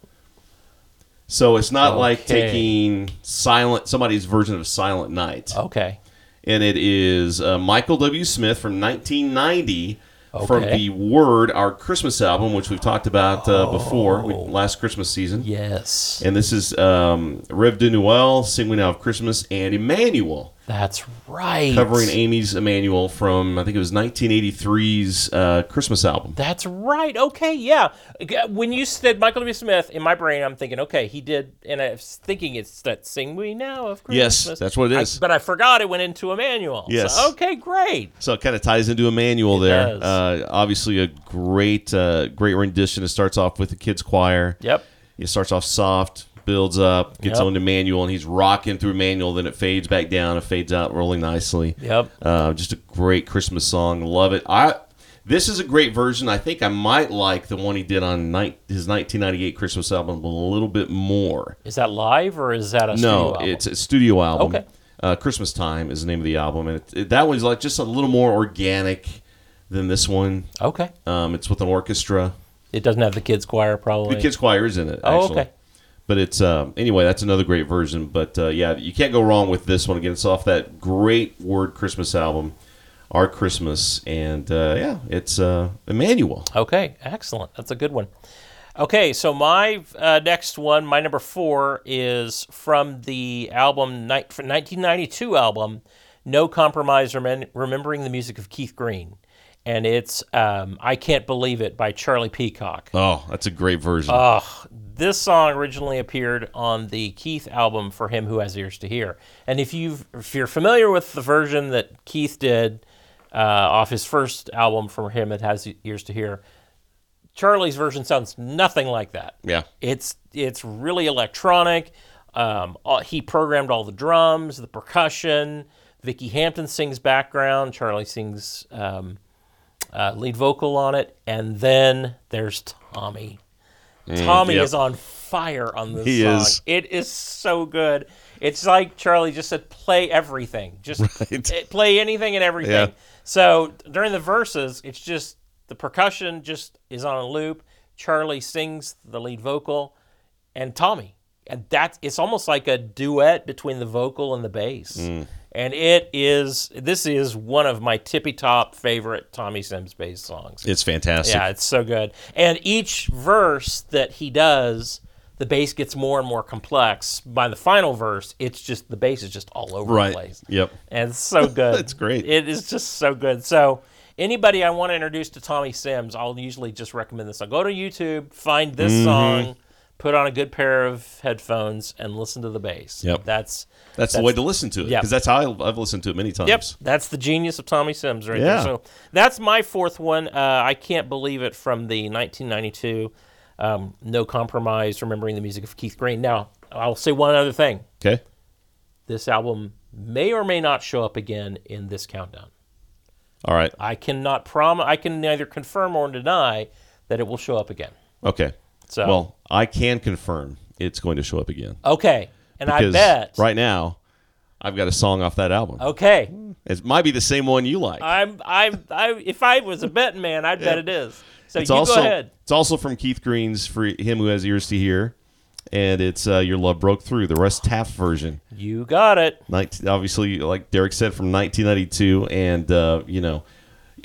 S2: So it's not like
S1: Okay.
S2: taking silent somebody's version of Silent Night,
S1: Okay.
S2: and it is uh, Michael W. Smith from 1990 from
S1: Okay.
S2: the Word, our Christmas album, which we've talked about uh, before we, last Christmas season.
S1: Oh. Yes,
S2: And this is um, Rev de Noël, Sing We Now of Christmas, and Emmanuel
S1: that's right.
S2: covering Amy's Emmanuel from I think it was 1983's uh, Christmas album.
S1: That's right. Okay, yeah. G- When you said Michael W. Smith, in my brain, I'm thinking, okay, he did, and I was thinking it's that "Sing We Now" of
S2: Yes,
S1: Christmas.
S2: that's what it
S1: I-
S2: is.
S1: but I forgot it went into Emmanuel. So,
S2: Yes.
S1: okay, great.
S2: So it kind of ties into Emmanuel there.
S1: does.
S2: Uh, obviously, a great uh, great rendition. It starts off with the kids choir.
S1: Yep.
S2: It starts off soft, builds up, gets
S1: Yep.
S2: on to Emmanuel, and he's rocking through Emmanuel. Then it fades back down. It fades out really nicely.
S1: Yep.
S2: Uh, just a great Christmas song. Love it. I this is a great version. I think I might like the one he did on night, his 1998 Christmas album a little bit more.
S1: Is that live or is that a
S2: No,
S1: studio album?
S2: it's a studio album.
S1: Okay.
S2: Uh, Christmas Time is the name of the album, and it, it- that one's like just a little more organic than this one.
S1: okay.
S2: Um, it's with an orchestra.
S1: It doesn't have the kids choir, probably.
S2: The kids choir is in it.
S1: Oh,
S2: actually.
S1: okay.
S2: But it's um, anyway. That's another great version. But uh, yeah, you can't go wrong with this one. Again, it's off that great Word Christmas album, Our Christmas, and uh, yeah, it's uh, Emmanuel.
S1: Okay, excellent. That's a good one. Okay, so my uh, next one, my number four, is from the album ni- from 1992 album, No Compromise, Remem- remembering the music of Keith Green, and it's um, I Can't Believe It by Charlie Peacock.
S2: Oh, that's a great version.
S1: Ah. This song originally appeared on the Keith album for him who has ears to hear. And if you if you're familiar with the version that Keith did uh, off his first album for him that has ears to hear, Charlie's version sounds nothing like that.
S2: yeah.
S1: It's it's really electronic. Um, all- he programmed all the drums, the percussion. Vicki Hampton sings background. Charlie sings um, uh, lead vocal on it, and then there's Tommy. Tommy
S2: Mm, yep.
S1: is on fire on this
S2: He
S1: song.
S2: is.
S1: It is so good. It's like Charlie just said, play everything. Just eh, play anything and everything.
S2: Yeah.
S1: So during the verses, it's just the percussion just is on a loop. Charlie sings the lead vocal, and Tommy. and that's it's almost like a duet between the vocal and the bass. And it is this is one of my tippy top favorite Tommy Sims bass songs.
S2: It's fantastic.
S1: Yeah, it's so good. And each verse that he does, the bass gets more and more complex. By the final verse, it's just the bass is just all over
S2: Right.
S1: the place.
S2: Yep.
S1: And it's
S2: *laughs*
S1: so good.
S2: That's great.
S1: It is just so good. So anybody I want to introduce to Tommy Sims, I'll usually just recommend this. I'll go to YouTube, find this
S2: Mm-hmm.
S1: song, put on a good pair of headphones, and listen to the bass.
S2: Yep.
S1: That's
S2: That's, the way to listen to it
S1: Yeah.
S2: because that's how I- I've listened to it many times.
S1: Yep, that's the genius of Tommy Sims right
S2: Yeah.
S1: there. So that's my fourth one. Uh, I can't believe it from the 1992 um, No Compromise, Remembering the Music of Keith Green. Now, I'll say one other thing.
S2: Okay.
S1: This album may or may not show up again in this countdown.
S2: All right.
S1: I cannot prom. I can neither confirm or deny that it will show up again.
S2: Okay.
S1: So
S2: Well, I can confirm it's going to show up again.
S1: okay, and I
S2: Because
S1: bet Oh.
S2: right now I've got a song off that album.
S1: Okay,
S2: It might be the same one you like.
S1: I'm I'm I. If I was a betting man, I'd bet it is. So
S2: it's
S1: you
S2: also
S1: go ahead.
S2: it's also from Keith Green's for him who has ears to hear, and it's uh, your love broke through the Russ Taff version.
S1: You got it.
S2: 19, obviously, like Derek said, from 1992, and uh, you know,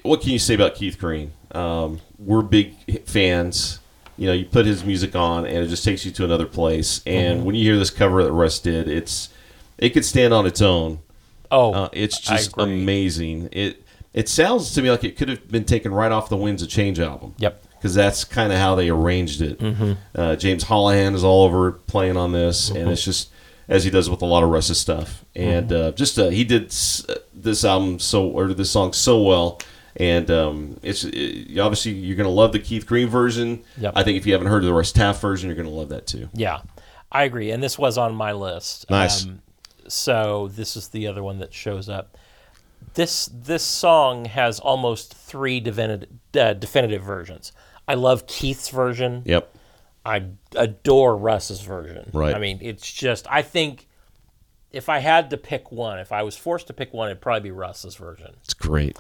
S2: what can you say about Keith Green? Um, we're big fans. You know, you put his music on, and it just takes you to another place. And
S1: Mm-hmm.
S2: when you hear this cover that Russ did, it's it could stand on its own.
S1: Oh,
S2: Uh, it's
S1: I
S2: just
S1: agree.
S2: amazing. It it sounds to me like it could have been taken right off the Winds of Change album.
S1: Yep. Mm-hmm.
S2: Because that's kind of how they arranged it. Uh, James Hollihan is all over playing on this, and it's just as he does with a lot of Russ's stuff. And
S1: Mm-hmm.
S2: uh, just uh, he did s- this album so or this song so well. And um, it's it, obviously you're gonna love the Keith Green version.
S1: Yep.
S2: I think if you haven't heard the Russ Taff version, you're gonna love that too.
S1: Yeah, I agree. And this was on my list. Um,
S2: Nice.
S1: so this is the other one that shows up. This this song has almost three definitive, uh, definitive versions. I love Keith's version.
S2: Yep.
S1: I adore Russ's version.
S2: Right.
S1: I mean, it's just I think if I had to pick one, if I was forced to pick one, it'd probably be Russ's version. Um,
S2: It's great.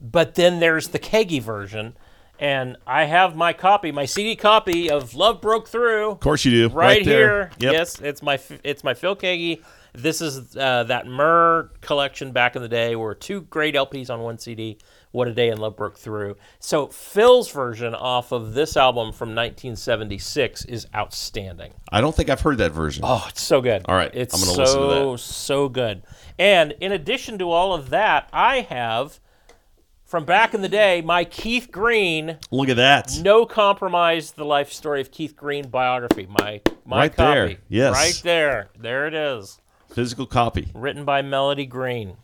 S1: But then there's the Keggy version, and I have my copy, my CD copy of Love Broke Through.
S2: Of course you do.
S1: right,
S2: there.
S1: here. Yes, it's my it's my Phil Kagi. This is uh, that Murr collection back in the day, where two great LPs on one CD. What a day in Love broke through. So Phil's version off of this album from 1976 is outstanding.
S2: I don't think I've heard that version.
S1: Oh, it's so good. All
S2: right,
S1: it's
S2: I'm gonna
S1: so
S2: listen to
S1: so good. And in addition to all of that, I have from back in the day my Keith Green
S2: Look at that.
S1: no compromise. The life story of Keith Green biography. My my
S2: Right
S1: copy.
S2: there, yes.
S1: Right there. There it is.
S2: Physical copy.
S1: Written by Melody Green.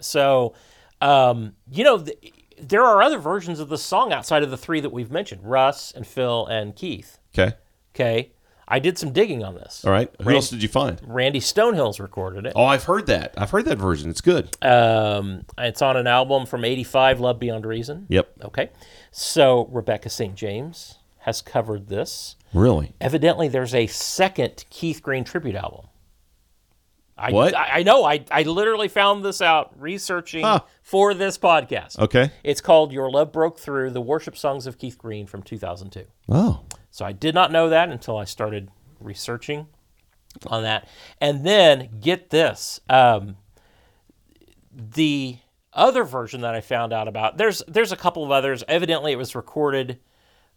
S1: So, um, you know, th- there are other versions of the song outside of the three that we've mentioned: Russ and Phil and Keith.
S2: Okay.
S1: Okay, I did some digging on this.
S2: All right. Who else did you find?
S1: Randy Stonehill's recorded it.
S2: Oh, I've heard that. I've heard that version. It's good.
S1: Um, it's on an album from '85, Love Beyond Reason.
S2: Yep.
S1: Okay, so Rebecca St. James has covered this.
S2: Really?
S1: evidently there's a second Keith Green tribute album. I,
S2: What?
S1: I, I know. I, I literally found this out researching
S2: Huh.
S1: for this podcast.
S2: Okay.
S1: It's called Your Love Broke Through The Worship Songs of Keith Green from 2002.
S2: Oh.
S1: So I did not know that until I started researching on that. And then get this. Um, the other version that I found out about there's there's a couple of others. Evidently, it was recorded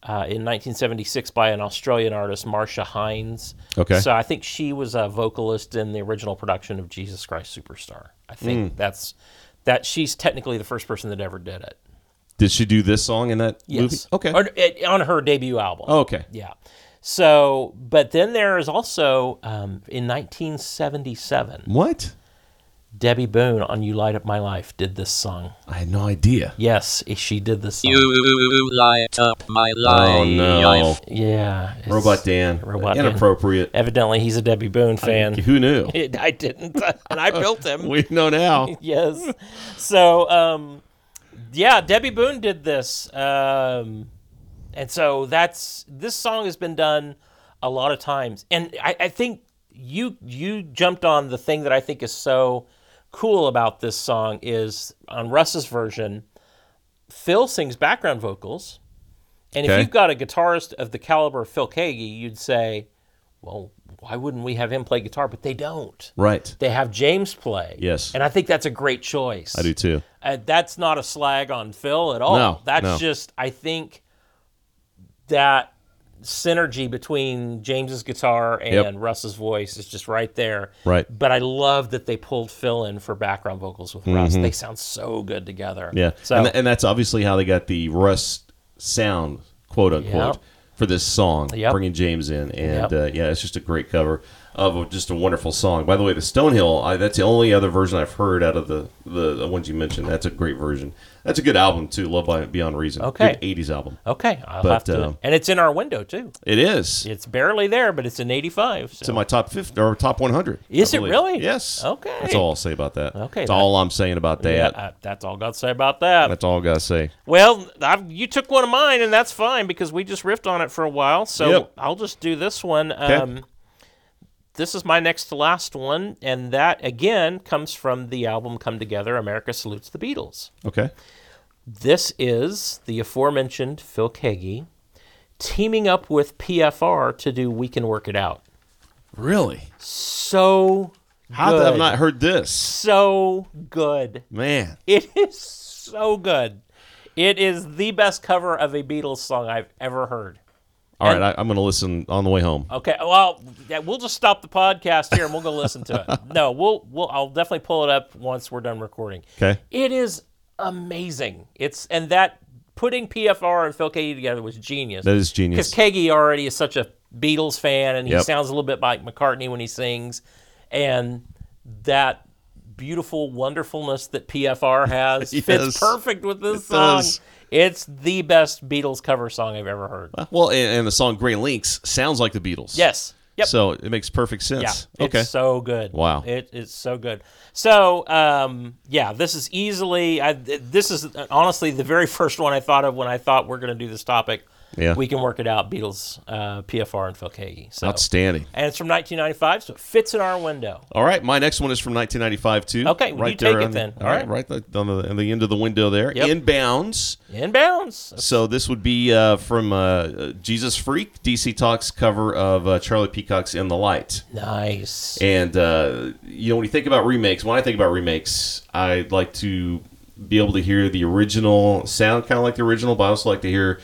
S1: uh, in 1976 by an Australian artist, Marcia Hines.
S2: Okay.
S1: So I think she was a vocalist in the original production of Jesus Christ Superstar. I
S2: Hmm.
S1: think that's that she's technically the first person that ever did it.
S2: Did she do this song in that movie?
S1: Yes.
S2: Okay.
S1: Or, it, on her debut album.
S2: Oh, okay.
S1: Yeah. So, but then there is also um, in 1977,
S2: What?
S1: Debbie Boone on "You Light Up My Life" did this song.
S2: I had no idea.
S1: Yes, she did this song.
S3: You light up my life.
S2: Oh no.
S1: yeah, it's-
S2: Robot Dan.
S1: Robot Dan.
S2: Inappropriate.
S1: Evidently, he's a Debbie Boone fan. *laughs*
S2: Who knew?
S1: I didn't, *laughs* and I built him.
S2: We know
S1: *laughs*
S2: now.
S1: yes. So, um, yeah, Debbie Boone did this, um, and so that's this song has been done a lot of times, and I, I think you you jumped on the thing that I think is so cool about this song is on Russ's version, Phil sings background vocals, and
S2: Okay.
S1: if you've got a guitarist of the caliber of Phil Kagi, you'd say. well, why wouldn't we have him play guitar? But they don't.
S2: Right.
S1: They have James play.
S2: Yes.
S1: And I think that's a great choice.
S2: I do too.
S1: Uh, that's not a slag on Phil at all.
S2: No,
S1: that's
S2: no.
S1: just I think that synergy between James's guitar and
S2: Yep.
S1: Russ's voice is just right there.
S2: Right.
S1: But I love that they pulled Phil in for background vocals with Russ. They sound so good together.
S2: Mm-hmm. Yeah.
S1: So
S2: and, tha- and that's obviously how they got the Russ sound, quote unquote,
S1: Yep.
S2: for this song,
S1: Yep.
S2: bringing James in. And
S1: Yep.
S2: uh, yeah, it's just a great cover of a- just a wonderful song. By the way, the Stonehill, I, that's the only other version I've heard out of the, the, the ones you mentioned. That's a great version. That's a good album, too, Love by Beyond Reason.
S1: Okay.
S2: Good 80s album.
S1: okay, I'll
S2: But,
S1: have to.
S2: um,
S1: and it's in our window too.
S2: It is.
S1: It's barely there, but it's an 85.
S2: It's in
S1: So.
S2: my top 50 or top 100. I
S1: Is it
S2: believe.
S1: really?
S2: Yes.
S1: Okay.
S2: That's all I'll say about that.
S1: Okay,
S2: That's
S1: that-
S2: all I'm saying about that.
S1: Yeah, I- that's all I got to say about that.
S2: that's all I got to say.
S1: Well, I've, you took one of mine, and that's fine because we just riffed on it for a while. So
S2: Yep.
S1: I'll just do this one. Um, this is my next to last one, and that again comes from the album Come Together America Salutes the Beatles.
S2: Okay.
S1: This is the aforementioned Phil Keggy teaming up with PFR to do We Can Work It Out.
S2: Really?
S1: So
S2: How
S1: good.
S2: have I not heard this?
S1: so good.
S2: Man.
S1: It is so good. It is the best cover of a Beatles song I've ever heard.
S2: All right, I, I'm going to listen on the way home.
S1: Okay, well, yeah, we'll just stop the podcast here and we'll go listen to it. No, we'll we'll I'll definitely pull it up once we're done recording.
S2: Okay.
S1: It is amazing. It's and that putting PFR and Phil Kagi together was genius.
S2: That is genius.
S1: Because Kagi already is such a Beatles fan and he
S2: Yep.
S1: sounds a little bit like McCartney when he sings and that beautiful wonderfulness that
S2: *laughs*
S1: PFR has
S2: Yes.
S1: fits perfect with this song.
S2: does.
S1: It's the best Beatles cover song I've ever heard.
S2: Uh, Well, and, and the song "Green Links" sounds like the Beatles.
S1: Yes. Yep.
S2: So it makes perfect
S1: Yeah,
S2: sense.
S1: it's
S2: okay.
S1: so good.
S2: Wow.
S1: it is so good. So, um, yeah, this is easily. I, th- this is uh, honestly the very *laughs* first one I thought of when I thought we're going to do this topic.
S2: Yeah.
S1: we can work it out. Beatles, uh, PFR, and Phil Kagi. So,
S2: Outstanding.
S1: and it's from 1995, so it fits in our window.
S2: All right, my next one is from 1995 too.
S1: Okay, well, you
S2: there
S1: take it
S2: on the-
S1: then.
S2: all right, right on the, on the end of the window there.
S1: Yep.
S2: Inbounds.
S1: Inbounds.
S2: So this would be uh, from uh, uh, Jesus Freak, DC Talk's cover of uh, Charlie Peacock's "In the Light."
S1: Nice.
S2: And uh, you know, when you think about remakes, when I think about remakes, I like to be able to hear the original sound, kind of like the original, but I also like to hear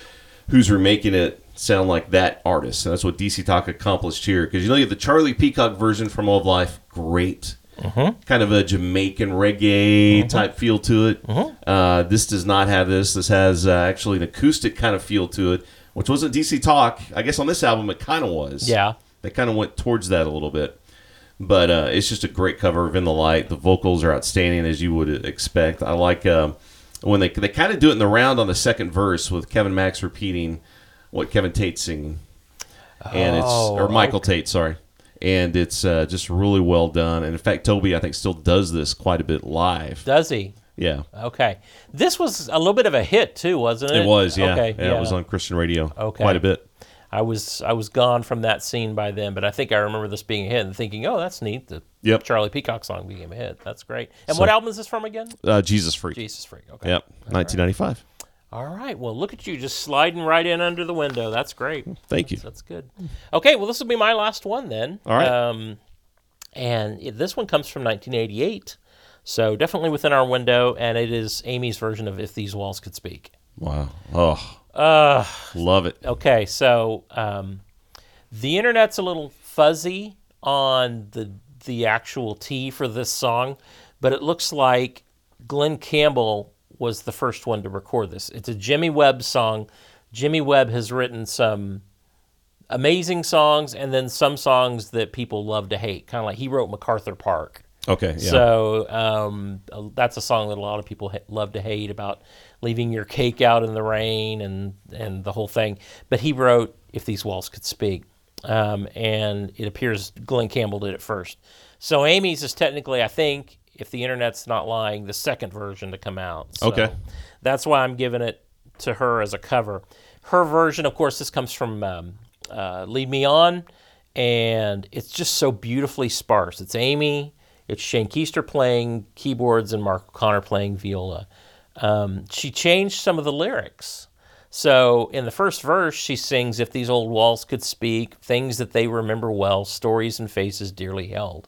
S2: who's remaking it sound like that artist. And that's what DC Talk accomplished here, because you know you have the Charlie Peacock version from Old Life, great. Kind of a Jamaican reggae type feel to it. Uh, this does not have this. This has uh, actually an acoustic kind of feel to it, which wasn't DC Talk. I guess on this album it kind of was.
S1: Yeah.
S2: They kind of went towards that a little bit. But uh, it's just a great cover of In the Light. The vocals are outstanding, as you would expect. I like um, when they, they kind of do it in the round on the second verse with Kevin Max repeating what Kevin Tate's singing. And it's,
S1: Oh,
S2: or Michael Tate, sorry. And it's uh, just really well done. And in fact, Toby, I think, still does this quite a bit live.
S1: Does he?
S2: Yeah.
S1: Okay. This was a little bit of a hit too, wasn't it?
S2: It was, yeah.
S1: Uh, Okay.
S2: yeah, It was on Christian radio
S1: Okay.
S2: quite a bit.
S1: I was I was gone from that scene by then, but I think I remember this being a hit and thinking, "Oh, that's neat." The
S2: Yep.
S1: Charlie Peacock song became a hit. That's great. And what album is this from again?
S2: Uh, Jesus Freak.
S1: Jesus Freak. Okay.
S2: Yep. 1995.
S1: All right. Well, look at you just sliding right in under the window. That's great.
S2: Thank you.
S1: That's good. Okay. Well, this will be my last one then.
S2: All right.
S1: Um, and it- this one comes from 1988, so definitely within our window, and it is Amy's version of "If These Walls Could Speak."
S2: Wow. Oh.
S1: Uh,
S2: Love it.
S1: Okay, so um, the internet's a little fuzzy on the the actual T for this song, but it looks like Glenn Campbell was the first one to record this. It's a Jimmy Webb song. Jimmy Webb has written some amazing songs and then some songs that people love to hate. Kind of like he wrote MacArthur Park.
S2: Okay. Yeah.
S1: So um, uh, that's a song that a lot of people ha- love to hate about leaving your cake out in the rain and and the whole thing. But he wrote "If These Walls Could Speak," um, and it appears Glenn Campbell did it first. So Amy's is technically, I think, if the internet's not lying, the second version to come out. So
S2: Okay.
S1: that's why I'm giving it to her as a cover. Her version, of course, this comes from um, uh, Lead Me On, and it's just so beautifully sparse. It's Amy, it's Shane Keister playing keyboards, and Mark O'Connor playing viola. Um, she changed some of the lyrics. So in the first verse, she sings, If these old walls could speak, things that they remember well, stories and faces dearly held.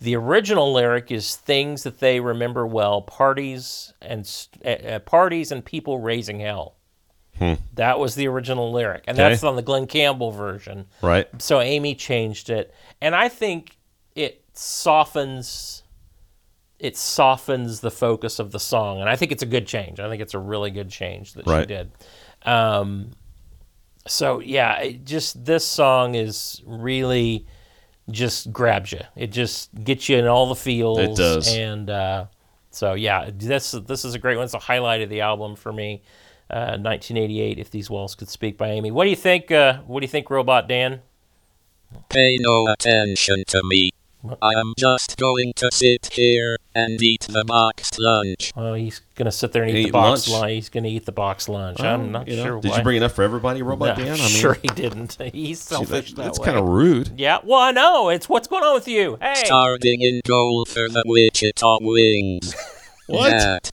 S1: The original lyric is things that they remember well, parties and st- uh, uh, parties and people raising hell. That was the original lyric, and
S2: Okay.
S1: that's on the Glenn Campbell version.
S2: Right.
S1: So Amy changed it, and I think it softens it softens the focus of the song, and I think it's a good change. I think it's a really good change that she
S2: Right.
S1: did. Um, so yeah, it just this song is really just grabs you. It just gets you in all the feels.
S2: It does.
S1: And uh, so yeah, this this is a great one. It's a highlight of the album for me. Uh, 1988, if these walls could speak by Amy. What do you think? Uh, what do you think, Robot Dan?
S3: Pay no attention to me. I am just going to sit here and eat the boxed lunch.
S1: Oh, he's gonna sit there and eat,
S2: Eat
S1: the box
S2: lunch.
S1: lunch. He's gonna eat the box lunch. I'm not
S2: You know,
S1: sure
S2: Did
S1: why.
S2: you bring enough for everybody,
S1: *laughs* no,
S2: Robot Dan? I mean,
S1: sure he didn't. *laughs* He's
S2: gee,
S1: selfish
S2: that-
S1: that
S2: that's
S1: way.
S2: kind of rude.
S1: yeah. Well, I know. It's what's going on with you. Hey.
S3: Starting in goal for the Wichita Wings.
S2: *laughs* What?
S3: Nat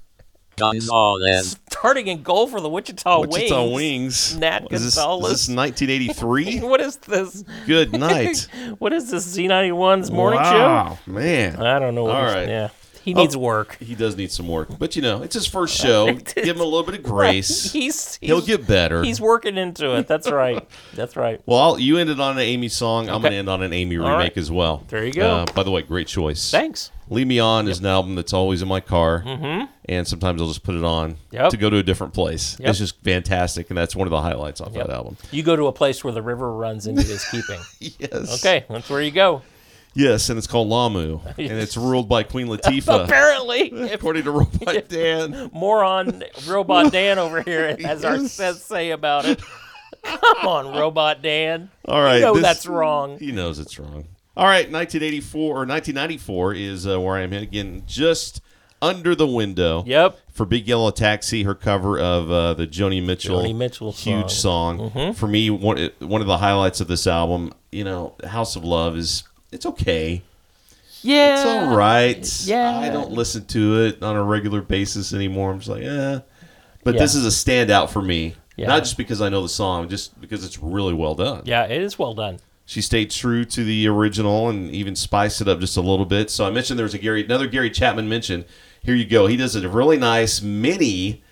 S3: Gonzalez.
S1: starting in goal for the Wichita,
S2: Wichita
S1: Wings.
S2: Wings.
S1: Nat
S2: Is this-
S1: Gonzalez.
S2: Is this 1983?
S1: *laughs* What is this? *laughs*
S2: Good night.
S1: What is this Z91's morning
S2: wow, man.
S1: show? I don't know. What
S2: All
S1: he's-
S2: right.
S1: Yeah. He
S2: Oh.
S1: needs work.
S2: Uh, He does need some work, but you know, it's his first
S1: *laughs*
S2: show. Give him a little bit of grace.
S1: He's, he's
S2: Oh, He'll get better.
S1: He's working into it. That's
S2: *laughs*
S1: right. That's right.
S2: well, I'll, you ended on an Amy song. I'm going to
S1: Okay.
S2: end on an Amy
S1: right.
S2: remake as well.
S1: There you go.
S2: Uh, by the way, great choice.
S1: Thanks.
S2: Leave Me On is an album that's always in my car, mm-hmm. and sometimes I'll just put it on
S1: Yep.
S2: to go to a different place.
S1: Yep.
S2: It's just fantastic, and that's one of the highlights off that album. *laughs*
S1: You go to a place where the river runs into his keeping.
S2: Yes.
S1: Okay, that's where you go.
S2: Yes, and it's
S1: *laughs*
S2: called Lamu, and it's ruled by Queen Latifah,
S1: Apparently,
S2: *laughs*
S1: if
S2: according
S1: *laughs*
S2: to Robot Dan.
S1: moron
S2: *laughs*
S1: Robot Dan over here has our
S2: Yes.
S1: says say about it. Come on, Robot Dan.
S2: All right,
S1: You know
S2: this-
S1: that's wrong.
S2: He knows it's wrong. All right, 1984 or 1994 is uh, where I am at again, just under the window.
S1: Yep.
S2: For Big Yellow Taxi, her cover of uh, the Joni Mitchell,
S1: Joni Mitchell
S2: huge song. For me, one one of the highlights of this album, you know, House of Love is it's okay,
S1: Yeah.
S2: it's all right.
S1: Yeah.
S2: I don't listen to it on a regular basis anymore. I'm just like, eh. But
S1: Yeah.
S2: this is a standout for me,
S1: Yeah.
S2: not just because I know the song, just because it's really well done
S1: Yeah, it is well done.
S2: she stayed true to the original and even spiced it up just a little bit. So I mentioned there was a Gary, another Gary Chapman mention. Here you go. He does a really nice mini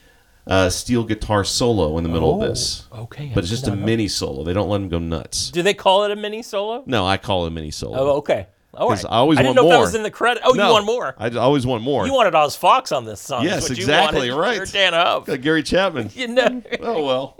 S2: uh, steel guitar solo in the middle of this,
S1: Okay.
S2: but it's just a mini solo. They don't let him go nuts.
S1: Do they call it a mini solo?
S2: No, I call it a mini solo.
S1: Oh, okay. All
S2: 'Cause
S1: right.
S2: I always
S1: didn't
S2: want
S1: know if that
S2: more.
S1: was in the credit. Oh,
S2: No,
S1: you want more?
S2: I d- always want more.
S1: You wanted Oz Fox on this song. is
S2: Yes,
S1: what you
S2: exactly,
S1: wanted.
S2: right.
S1: You're Dan up.
S2: Uh,
S1: *laughs*
S2: Gary Chapman.
S1: You know.
S2: Oh well.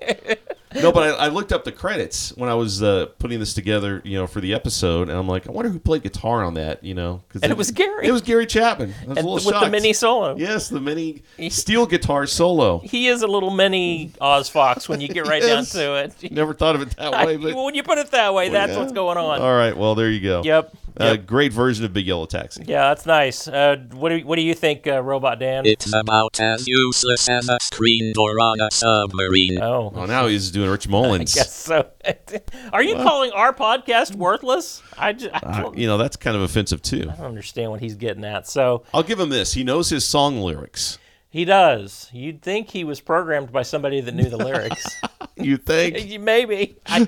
S2: No, but I, I looked up the credits when I was uh, putting this together, you know, for the episode, and I'm like, I wonder who played guitar on that, you know, 'cause
S1: And it was Gary.
S2: It was Gary Chapman. I
S1: And
S2: was a little
S1: with
S2: shocked.
S1: the mini solo.
S2: Yes, the
S1: *laughs*
S2: mini steel guitar solo.
S1: He is a little mini Oz Fox when you get right
S2: Yes.
S1: down to it.
S2: Never thought of it
S1: *laughs*
S2: that way, but Oh,
S1: when you put it that way, that's
S2: yeah.
S1: what's going on.
S2: all right. Well, there you go.
S1: Yep.
S2: Uh,
S1: Yep.
S2: Great version of Big Yellow Taxi.
S1: yeah, that's nice. Uh, what do what do you think, uh, Robot Dan?
S3: It's about as useless as a screen door on a submarine.
S1: oh,
S2: Well, now he's doing Rich Mullins.
S1: guess so. *laughs* Are you calling our podcast worthless? I just I
S2: Uh,
S1: don't,
S2: you know, that's kind of offensive too.
S1: I don't understand what he's getting at. So
S2: I'll give him this. He knows his song lyrics.
S1: he does. You'd think he was programmed by somebody that
S2: *laughs*
S1: knew the lyrics. *laughs*
S2: You think?
S1: You- maybe. I,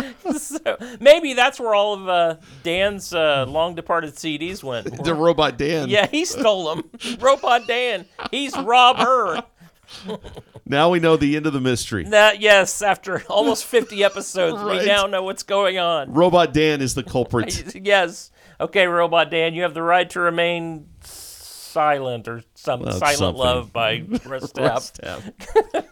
S1: *laughs* so maybe that's where all of uh, Dan's uh, long departed CDs went.
S2: *laughs* The robot
S1: *laughs*
S2: Dan.
S1: Yeah, he stole them. Robot Dan. He's Rob Her.
S2: Now we know the end of the mystery.
S1: That yes, after almost fifty episodes,
S2: Right.
S1: we now know what's going on.
S2: Robot Dan is
S1: *laughs*
S2: the culprit.
S1: Yes. Okay, Robot Dan, you have the right to remain silent or some
S2: Well,
S1: silent
S2: something.
S1: love
S2: *laughs*
S1: by Rust App. *laughs*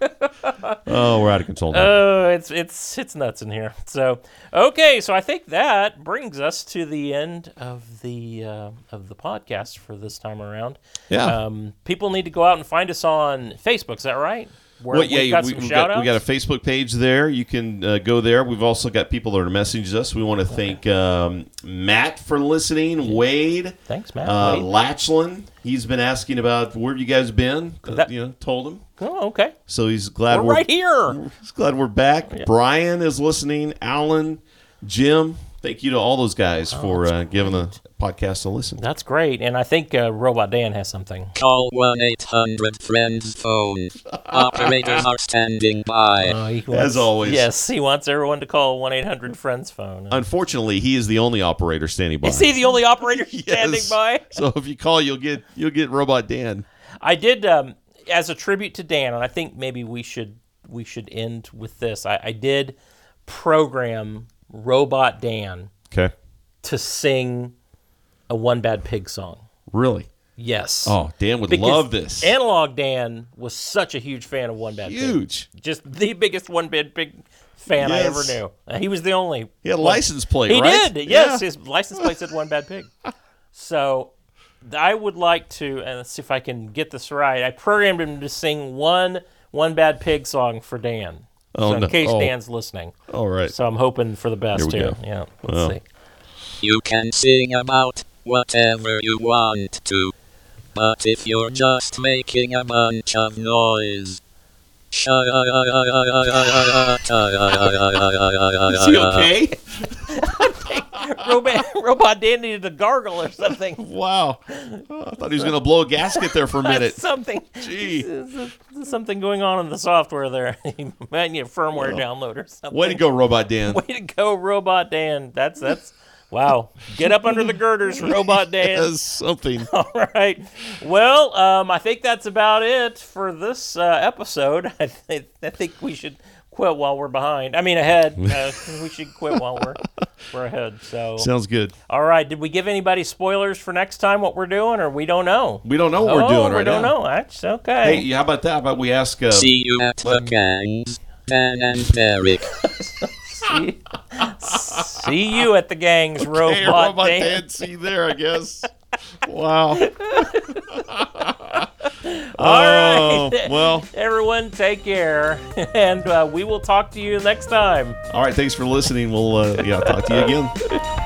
S2: oh, we're out of control now.
S1: Oh, it's it's it's nuts in here. So okay, so I think that brings us to the end of the uh, of the podcast for this time around.
S2: Yeah.
S1: Um, people need to go out and find us on Facebook. Is that right? Where
S2: Well, yeah,
S1: we've got
S2: we,
S1: some
S2: we've
S1: shout
S2: got,
S1: outs.
S2: we got a Facebook page there. You can uh, go there. We've also got people that are messaging us. We want to thank um, Matt for listening. Wade,
S1: Thanks, Matt.
S2: uh,
S1: Wade.
S2: Latchlin. He's been asking about where have you guys been. Uh,
S1: That-
S2: you know, told him.
S1: oh, okay.
S2: So he's glad
S1: We're,
S2: we're,
S1: right here.
S2: He's glad we're back. Brian is listening. Alan, Jim. thank you to all those guys
S1: Oh,
S2: for uh, giving the podcast a listen.
S1: That's great. And I think uh, Robot Dan has something.
S3: Call 1 800 Friends
S2: *laughs*
S3: Phone. Operators are standing by.
S1: Oh, he
S2: As always.
S1: Yes, he wants everyone to call 1 800 Friends phone. *laughs*
S2: Unfortunately, he is the only operator standing by.
S1: Is he the only operator standing
S2: *laughs* Yes.
S1: by?
S2: So if you call, you'll get you'll get Robot Dan.
S1: I did um, as a tribute to Dan, and I think maybe we should we should end with this. I, I did program Robot Dan
S2: Okay.
S1: to sing a One Bad Pig song.
S2: Really?
S1: Yes.
S2: Oh, Dan would
S1: Because
S2: love this.
S1: Analog Dan was such a huge fan of One Bad Pig.
S2: Huge.
S1: Just the biggest One Bad Pig fan I ever
S2: Yes.
S1: knew. Uh, He was the only.
S2: He had a license plate,
S1: He
S2: right?
S1: did. Yes,
S2: Yeah.
S1: his license plate said One Bad Pig. So th- I would like to, and let's see if I can get this right. I programmed him to sing one One Bad Pig song for Dan.
S2: Oh,
S1: so in
S2: no.
S1: case
S2: Oh.
S1: Dan's listening.
S2: All right.
S1: So I'm hoping for the best
S2: Here we
S1: here.
S2: go.
S1: Yeah. Let's
S2: Wow.
S1: see.
S3: You can sing about whatever you want to. But if you're just making a bunch of noise. *laughs* Is
S2: Is he okay?
S1: Robot, *laughs* Robot Dan needed a gargle or
S2: *laughs*
S1: something.
S2: *laughs* wow. Oh, I thought he was going to blow a gasket
S1: *laughs*
S2: there for a minute.
S1: something.
S2: Gee.
S1: There's something going on in the software there. *laughs* you might need a firmware download or something.
S2: Way to go, Robot Dan.
S1: Way to go, Robot Dan. That's that's wow. Get up under the girders, Robot Dan.
S2: That's something.
S1: *laughs* All right. Well, um, I think that's about it for this uh, episode. *laughs* I, th- I think we should quit while we're behind. I mean,
S2: *laughs*
S1: ahead. Uh, we should quit while we're we're ahead. So,
S2: Sounds good.
S1: all right. Did we give anybody spoilers for next time? What we're doing, or we don't know?
S2: We don't know what
S1: oh,
S2: we're doing right
S1: we don't
S2: now.
S1: know. That's okay.
S2: Hey, how about that? How about we ask uh,
S3: See you at the gangs. Dan and Derek.
S1: See, see you at the
S2: *laughs*
S1: gangs, robot,
S2: Hey, Robot
S1: Dan.
S2: Dan, see you there, I
S1: *laughs*
S2: guess. wow.
S1: All right.
S2: Oh, well,
S1: Everyone, take care, *laughs* and uh, we will talk to you next time.
S2: all right. Thanks for listening. We'll uh, yeah talk to you again.